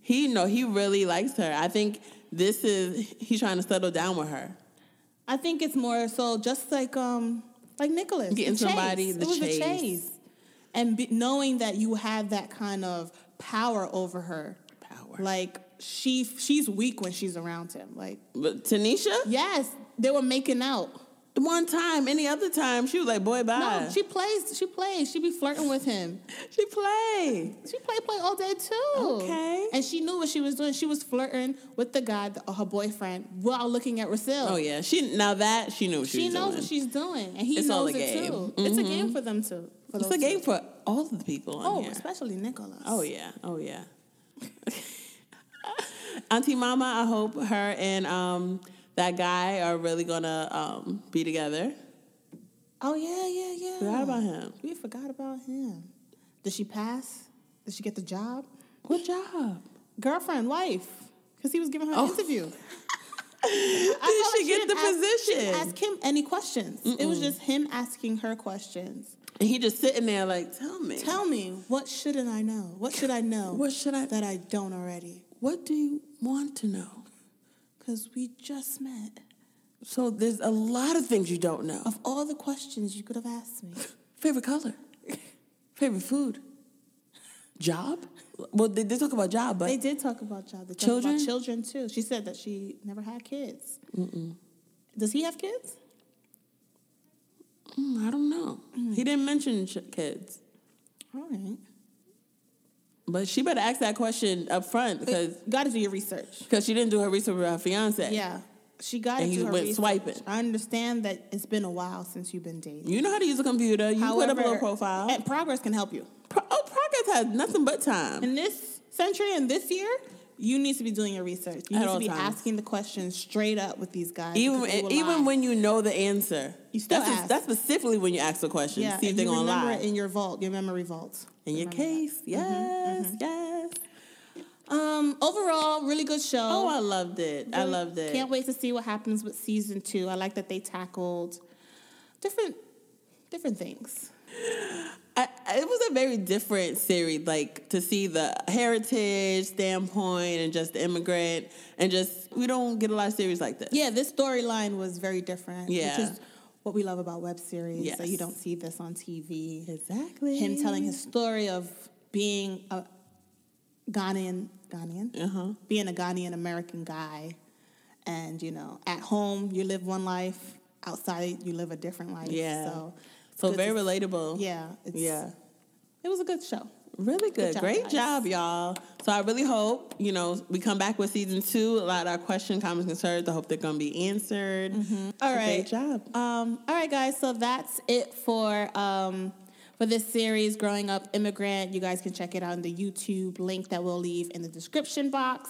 [SPEAKER 2] He no. He really likes her. I think this is he's trying to settle down with her.
[SPEAKER 1] I think it's more so just like um like Nicholas
[SPEAKER 2] Getting
[SPEAKER 1] the chase.
[SPEAKER 2] somebody, the
[SPEAKER 1] it was
[SPEAKER 2] chase.
[SPEAKER 1] a chase, and be, knowing that you have that kind of power over her.
[SPEAKER 2] Power.
[SPEAKER 1] Like she she's weak when she's around him. Like
[SPEAKER 2] But Tanisha,
[SPEAKER 1] yes, they were making out.
[SPEAKER 2] one time, any other time, she was like, "Boy, bye."
[SPEAKER 1] No, she plays. She plays. She be flirting with him.
[SPEAKER 2] she play.
[SPEAKER 1] She play play all day too.
[SPEAKER 2] Okay.
[SPEAKER 1] And she knew what she was doing. She was flirting with the guy, the, her boyfriend, while looking at Rasil.
[SPEAKER 2] Oh yeah, she now that she knew what she,
[SPEAKER 1] She
[SPEAKER 2] was
[SPEAKER 1] knows
[SPEAKER 2] doing.
[SPEAKER 1] what she's doing, and he
[SPEAKER 2] It's all
[SPEAKER 1] knows
[SPEAKER 2] a
[SPEAKER 1] it
[SPEAKER 2] game. Mm-hmm.
[SPEAKER 1] too. It's a game for them too. for
[SPEAKER 2] It's
[SPEAKER 1] those
[SPEAKER 2] a
[SPEAKER 1] two.
[SPEAKER 2] game for all of the people. On
[SPEAKER 1] Oh,
[SPEAKER 2] here.
[SPEAKER 1] especially Nicholas.
[SPEAKER 2] Oh yeah. Oh yeah. Auntie Mama, I hope her and um, that guy are really gonna um, be together.
[SPEAKER 1] Oh yeah, yeah, yeah.
[SPEAKER 2] Forgot about him.
[SPEAKER 1] We forgot about him. Did she pass? Did she get the job?
[SPEAKER 2] Good job.
[SPEAKER 1] Girlfriend, wife, because he was giving her an
[SPEAKER 2] Oh.
[SPEAKER 1] interview.
[SPEAKER 2] Did
[SPEAKER 1] felt
[SPEAKER 2] she
[SPEAKER 1] like
[SPEAKER 2] get the
[SPEAKER 1] didn't ask- she
[SPEAKER 2] position?
[SPEAKER 1] didn't ask him any questions. It was just him asking her questions.
[SPEAKER 2] And he just sitting there like, tell me.
[SPEAKER 1] Tell me, what shouldn't I know? What should I know?
[SPEAKER 2] What should I-
[SPEAKER 1] that I don't already?
[SPEAKER 2] What do you want to know?
[SPEAKER 1] Because we just met.
[SPEAKER 2] So there's a lot of things you don't know.
[SPEAKER 1] Of all the questions you could have asked me,
[SPEAKER 2] Favorite color? Favorite food? Job? Well, they did talk about job, but
[SPEAKER 1] they did talk about job. They talked
[SPEAKER 2] Children?
[SPEAKER 1] about children too. She said that she never had kids. Does he have kids?
[SPEAKER 2] Mm, I don't know. He didn't mention ch- kids.
[SPEAKER 1] All right.
[SPEAKER 2] But she better ask that question up front because
[SPEAKER 1] Got to do your research.
[SPEAKER 2] she didn't do her research with her fiance.
[SPEAKER 1] Yeah, she got
[SPEAKER 2] And
[SPEAKER 1] it.
[SPEAKER 2] he went swiping.
[SPEAKER 1] I understand that it's been a while since you've been dating.
[SPEAKER 2] You know how to use a computer. You put up a little profile.
[SPEAKER 1] and progress can help you.
[SPEAKER 2] Pro- oh, progress has nothing but time.
[SPEAKER 1] In this century and this year, you need to be doing your research. You
[SPEAKER 2] At
[SPEAKER 1] need
[SPEAKER 2] all
[SPEAKER 1] to be
[SPEAKER 2] times.
[SPEAKER 1] asking the questions straight up with these guys.
[SPEAKER 2] even e-,
[SPEAKER 1] because they will
[SPEAKER 2] even
[SPEAKER 1] lie.
[SPEAKER 2] when you know the answer,
[SPEAKER 1] You still
[SPEAKER 2] that's,
[SPEAKER 1] ask.
[SPEAKER 2] that's specifically when you ask the question.
[SPEAKER 1] yeah,
[SPEAKER 2] see if
[SPEAKER 1] and
[SPEAKER 2] they're
[SPEAKER 1] you
[SPEAKER 2] gonna
[SPEAKER 1] remember
[SPEAKER 2] lie.
[SPEAKER 1] it in your vault, your memory vault.
[SPEAKER 2] in your case,
[SPEAKER 1] Mm-hmm,
[SPEAKER 2] yes, yes.
[SPEAKER 1] Um, overall, really good show.
[SPEAKER 2] Oh, I loved it. I
[SPEAKER 1] Really
[SPEAKER 2] loved it.
[SPEAKER 1] Can't wait to see what happens with season two. I like that they tackled different different things.
[SPEAKER 2] I, I- it was a very different series, like to see the heritage standpoint and just the immigrant, and just we don't get a lot of series like this.
[SPEAKER 1] Yeah, this storyline was very different.
[SPEAKER 2] Yeah.
[SPEAKER 1] Which is what we love about web series. That you
[SPEAKER 2] Yes.
[SPEAKER 1] don't see this on TV.
[SPEAKER 2] exactly.
[SPEAKER 1] Him telling his
[SPEAKER 2] Mm-hmm.
[SPEAKER 1] story of being a Ghanaian Ghanaian.
[SPEAKER 2] uh-huh.
[SPEAKER 1] Being a Ghanaian American guy. And, you know, at home you live one life, outside you live a different life.
[SPEAKER 2] Yeah.
[SPEAKER 1] So
[SPEAKER 2] So
[SPEAKER 1] good
[SPEAKER 2] very
[SPEAKER 1] to-
[SPEAKER 2] relatable.
[SPEAKER 1] Yeah. It's,
[SPEAKER 2] yeah.
[SPEAKER 1] It was a good show.
[SPEAKER 2] Really good.
[SPEAKER 1] job,
[SPEAKER 2] Great
[SPEAKER 1] guys.
[SPEAKER 2] job, y'all. So I really hope, you know, we come back with season two. A lot of our questions, comments, concerns. I hope they're gonna be answered.
[SPEAKER 1] All right.
[SPEAKER 2] Great job.
[SPEAKER 1] Um, all right, guys. So that's it for um, for this series, Growing Up Immigrant. You guys can check it out on the YouTube link that we'll leave in the description box.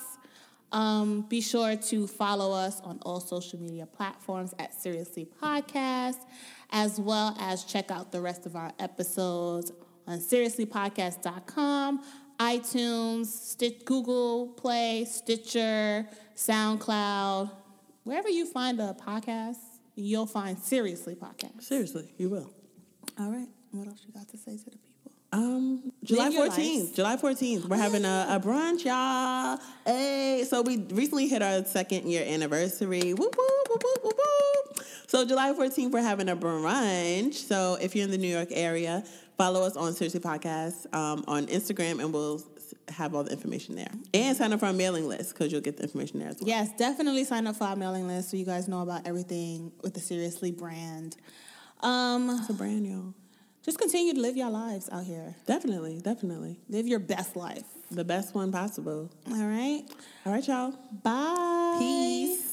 [SPEAKER 1] Um, be sure to follow us on all social media platforms at Seriously Podcast, as well as check out the rest of our episodes on seriouslypodcast.com, iTunes, Stitch, Google Play, Stitcher, SoundCloud, wherever you find a podcast, you'll find Seriously Podcast.
[SPEAKER 2] Seriously, you will.
[SPEAKER 1] All right. What else you got to say to the people?
[SPEAKER 2] Um, July
[SPEAKER 1] Live your
[SPEAKER 2] 14th.
[SPEAKER 1] lives.
[SPEAKER 2] July 14th. We're having a, a brunch, y'all. Hey, so we recently hit our second year anniversary. Whoop, whoop, whoop, whoop, whoop, whoop. So July 14th, we're having a brunch. So if you're in the New York area, follow us on Seriously Podcast um, on Instagram and we'll have all the information there. And sign up for our mailing list because you'll get the information there as well.
[SPEAKER 1] Yes, definitely sign up for our mailing list so you guys know about everything with the Seriously brand. Um,
[SPEAKER 2] It's a brand, y'all.
[SPEAKER 1] just continue to live your lives out here.
[SPEAKER 2] Definitely, definitely.
[SPEAKER 1] Live your best life.
[SPEAKER 2] The best one possible.
[SPEAKER 1] All right.
[SPEAKER 2] All right, y'all.
[SPEAKER 1] Bye.
[SPEAKER 2] Peace.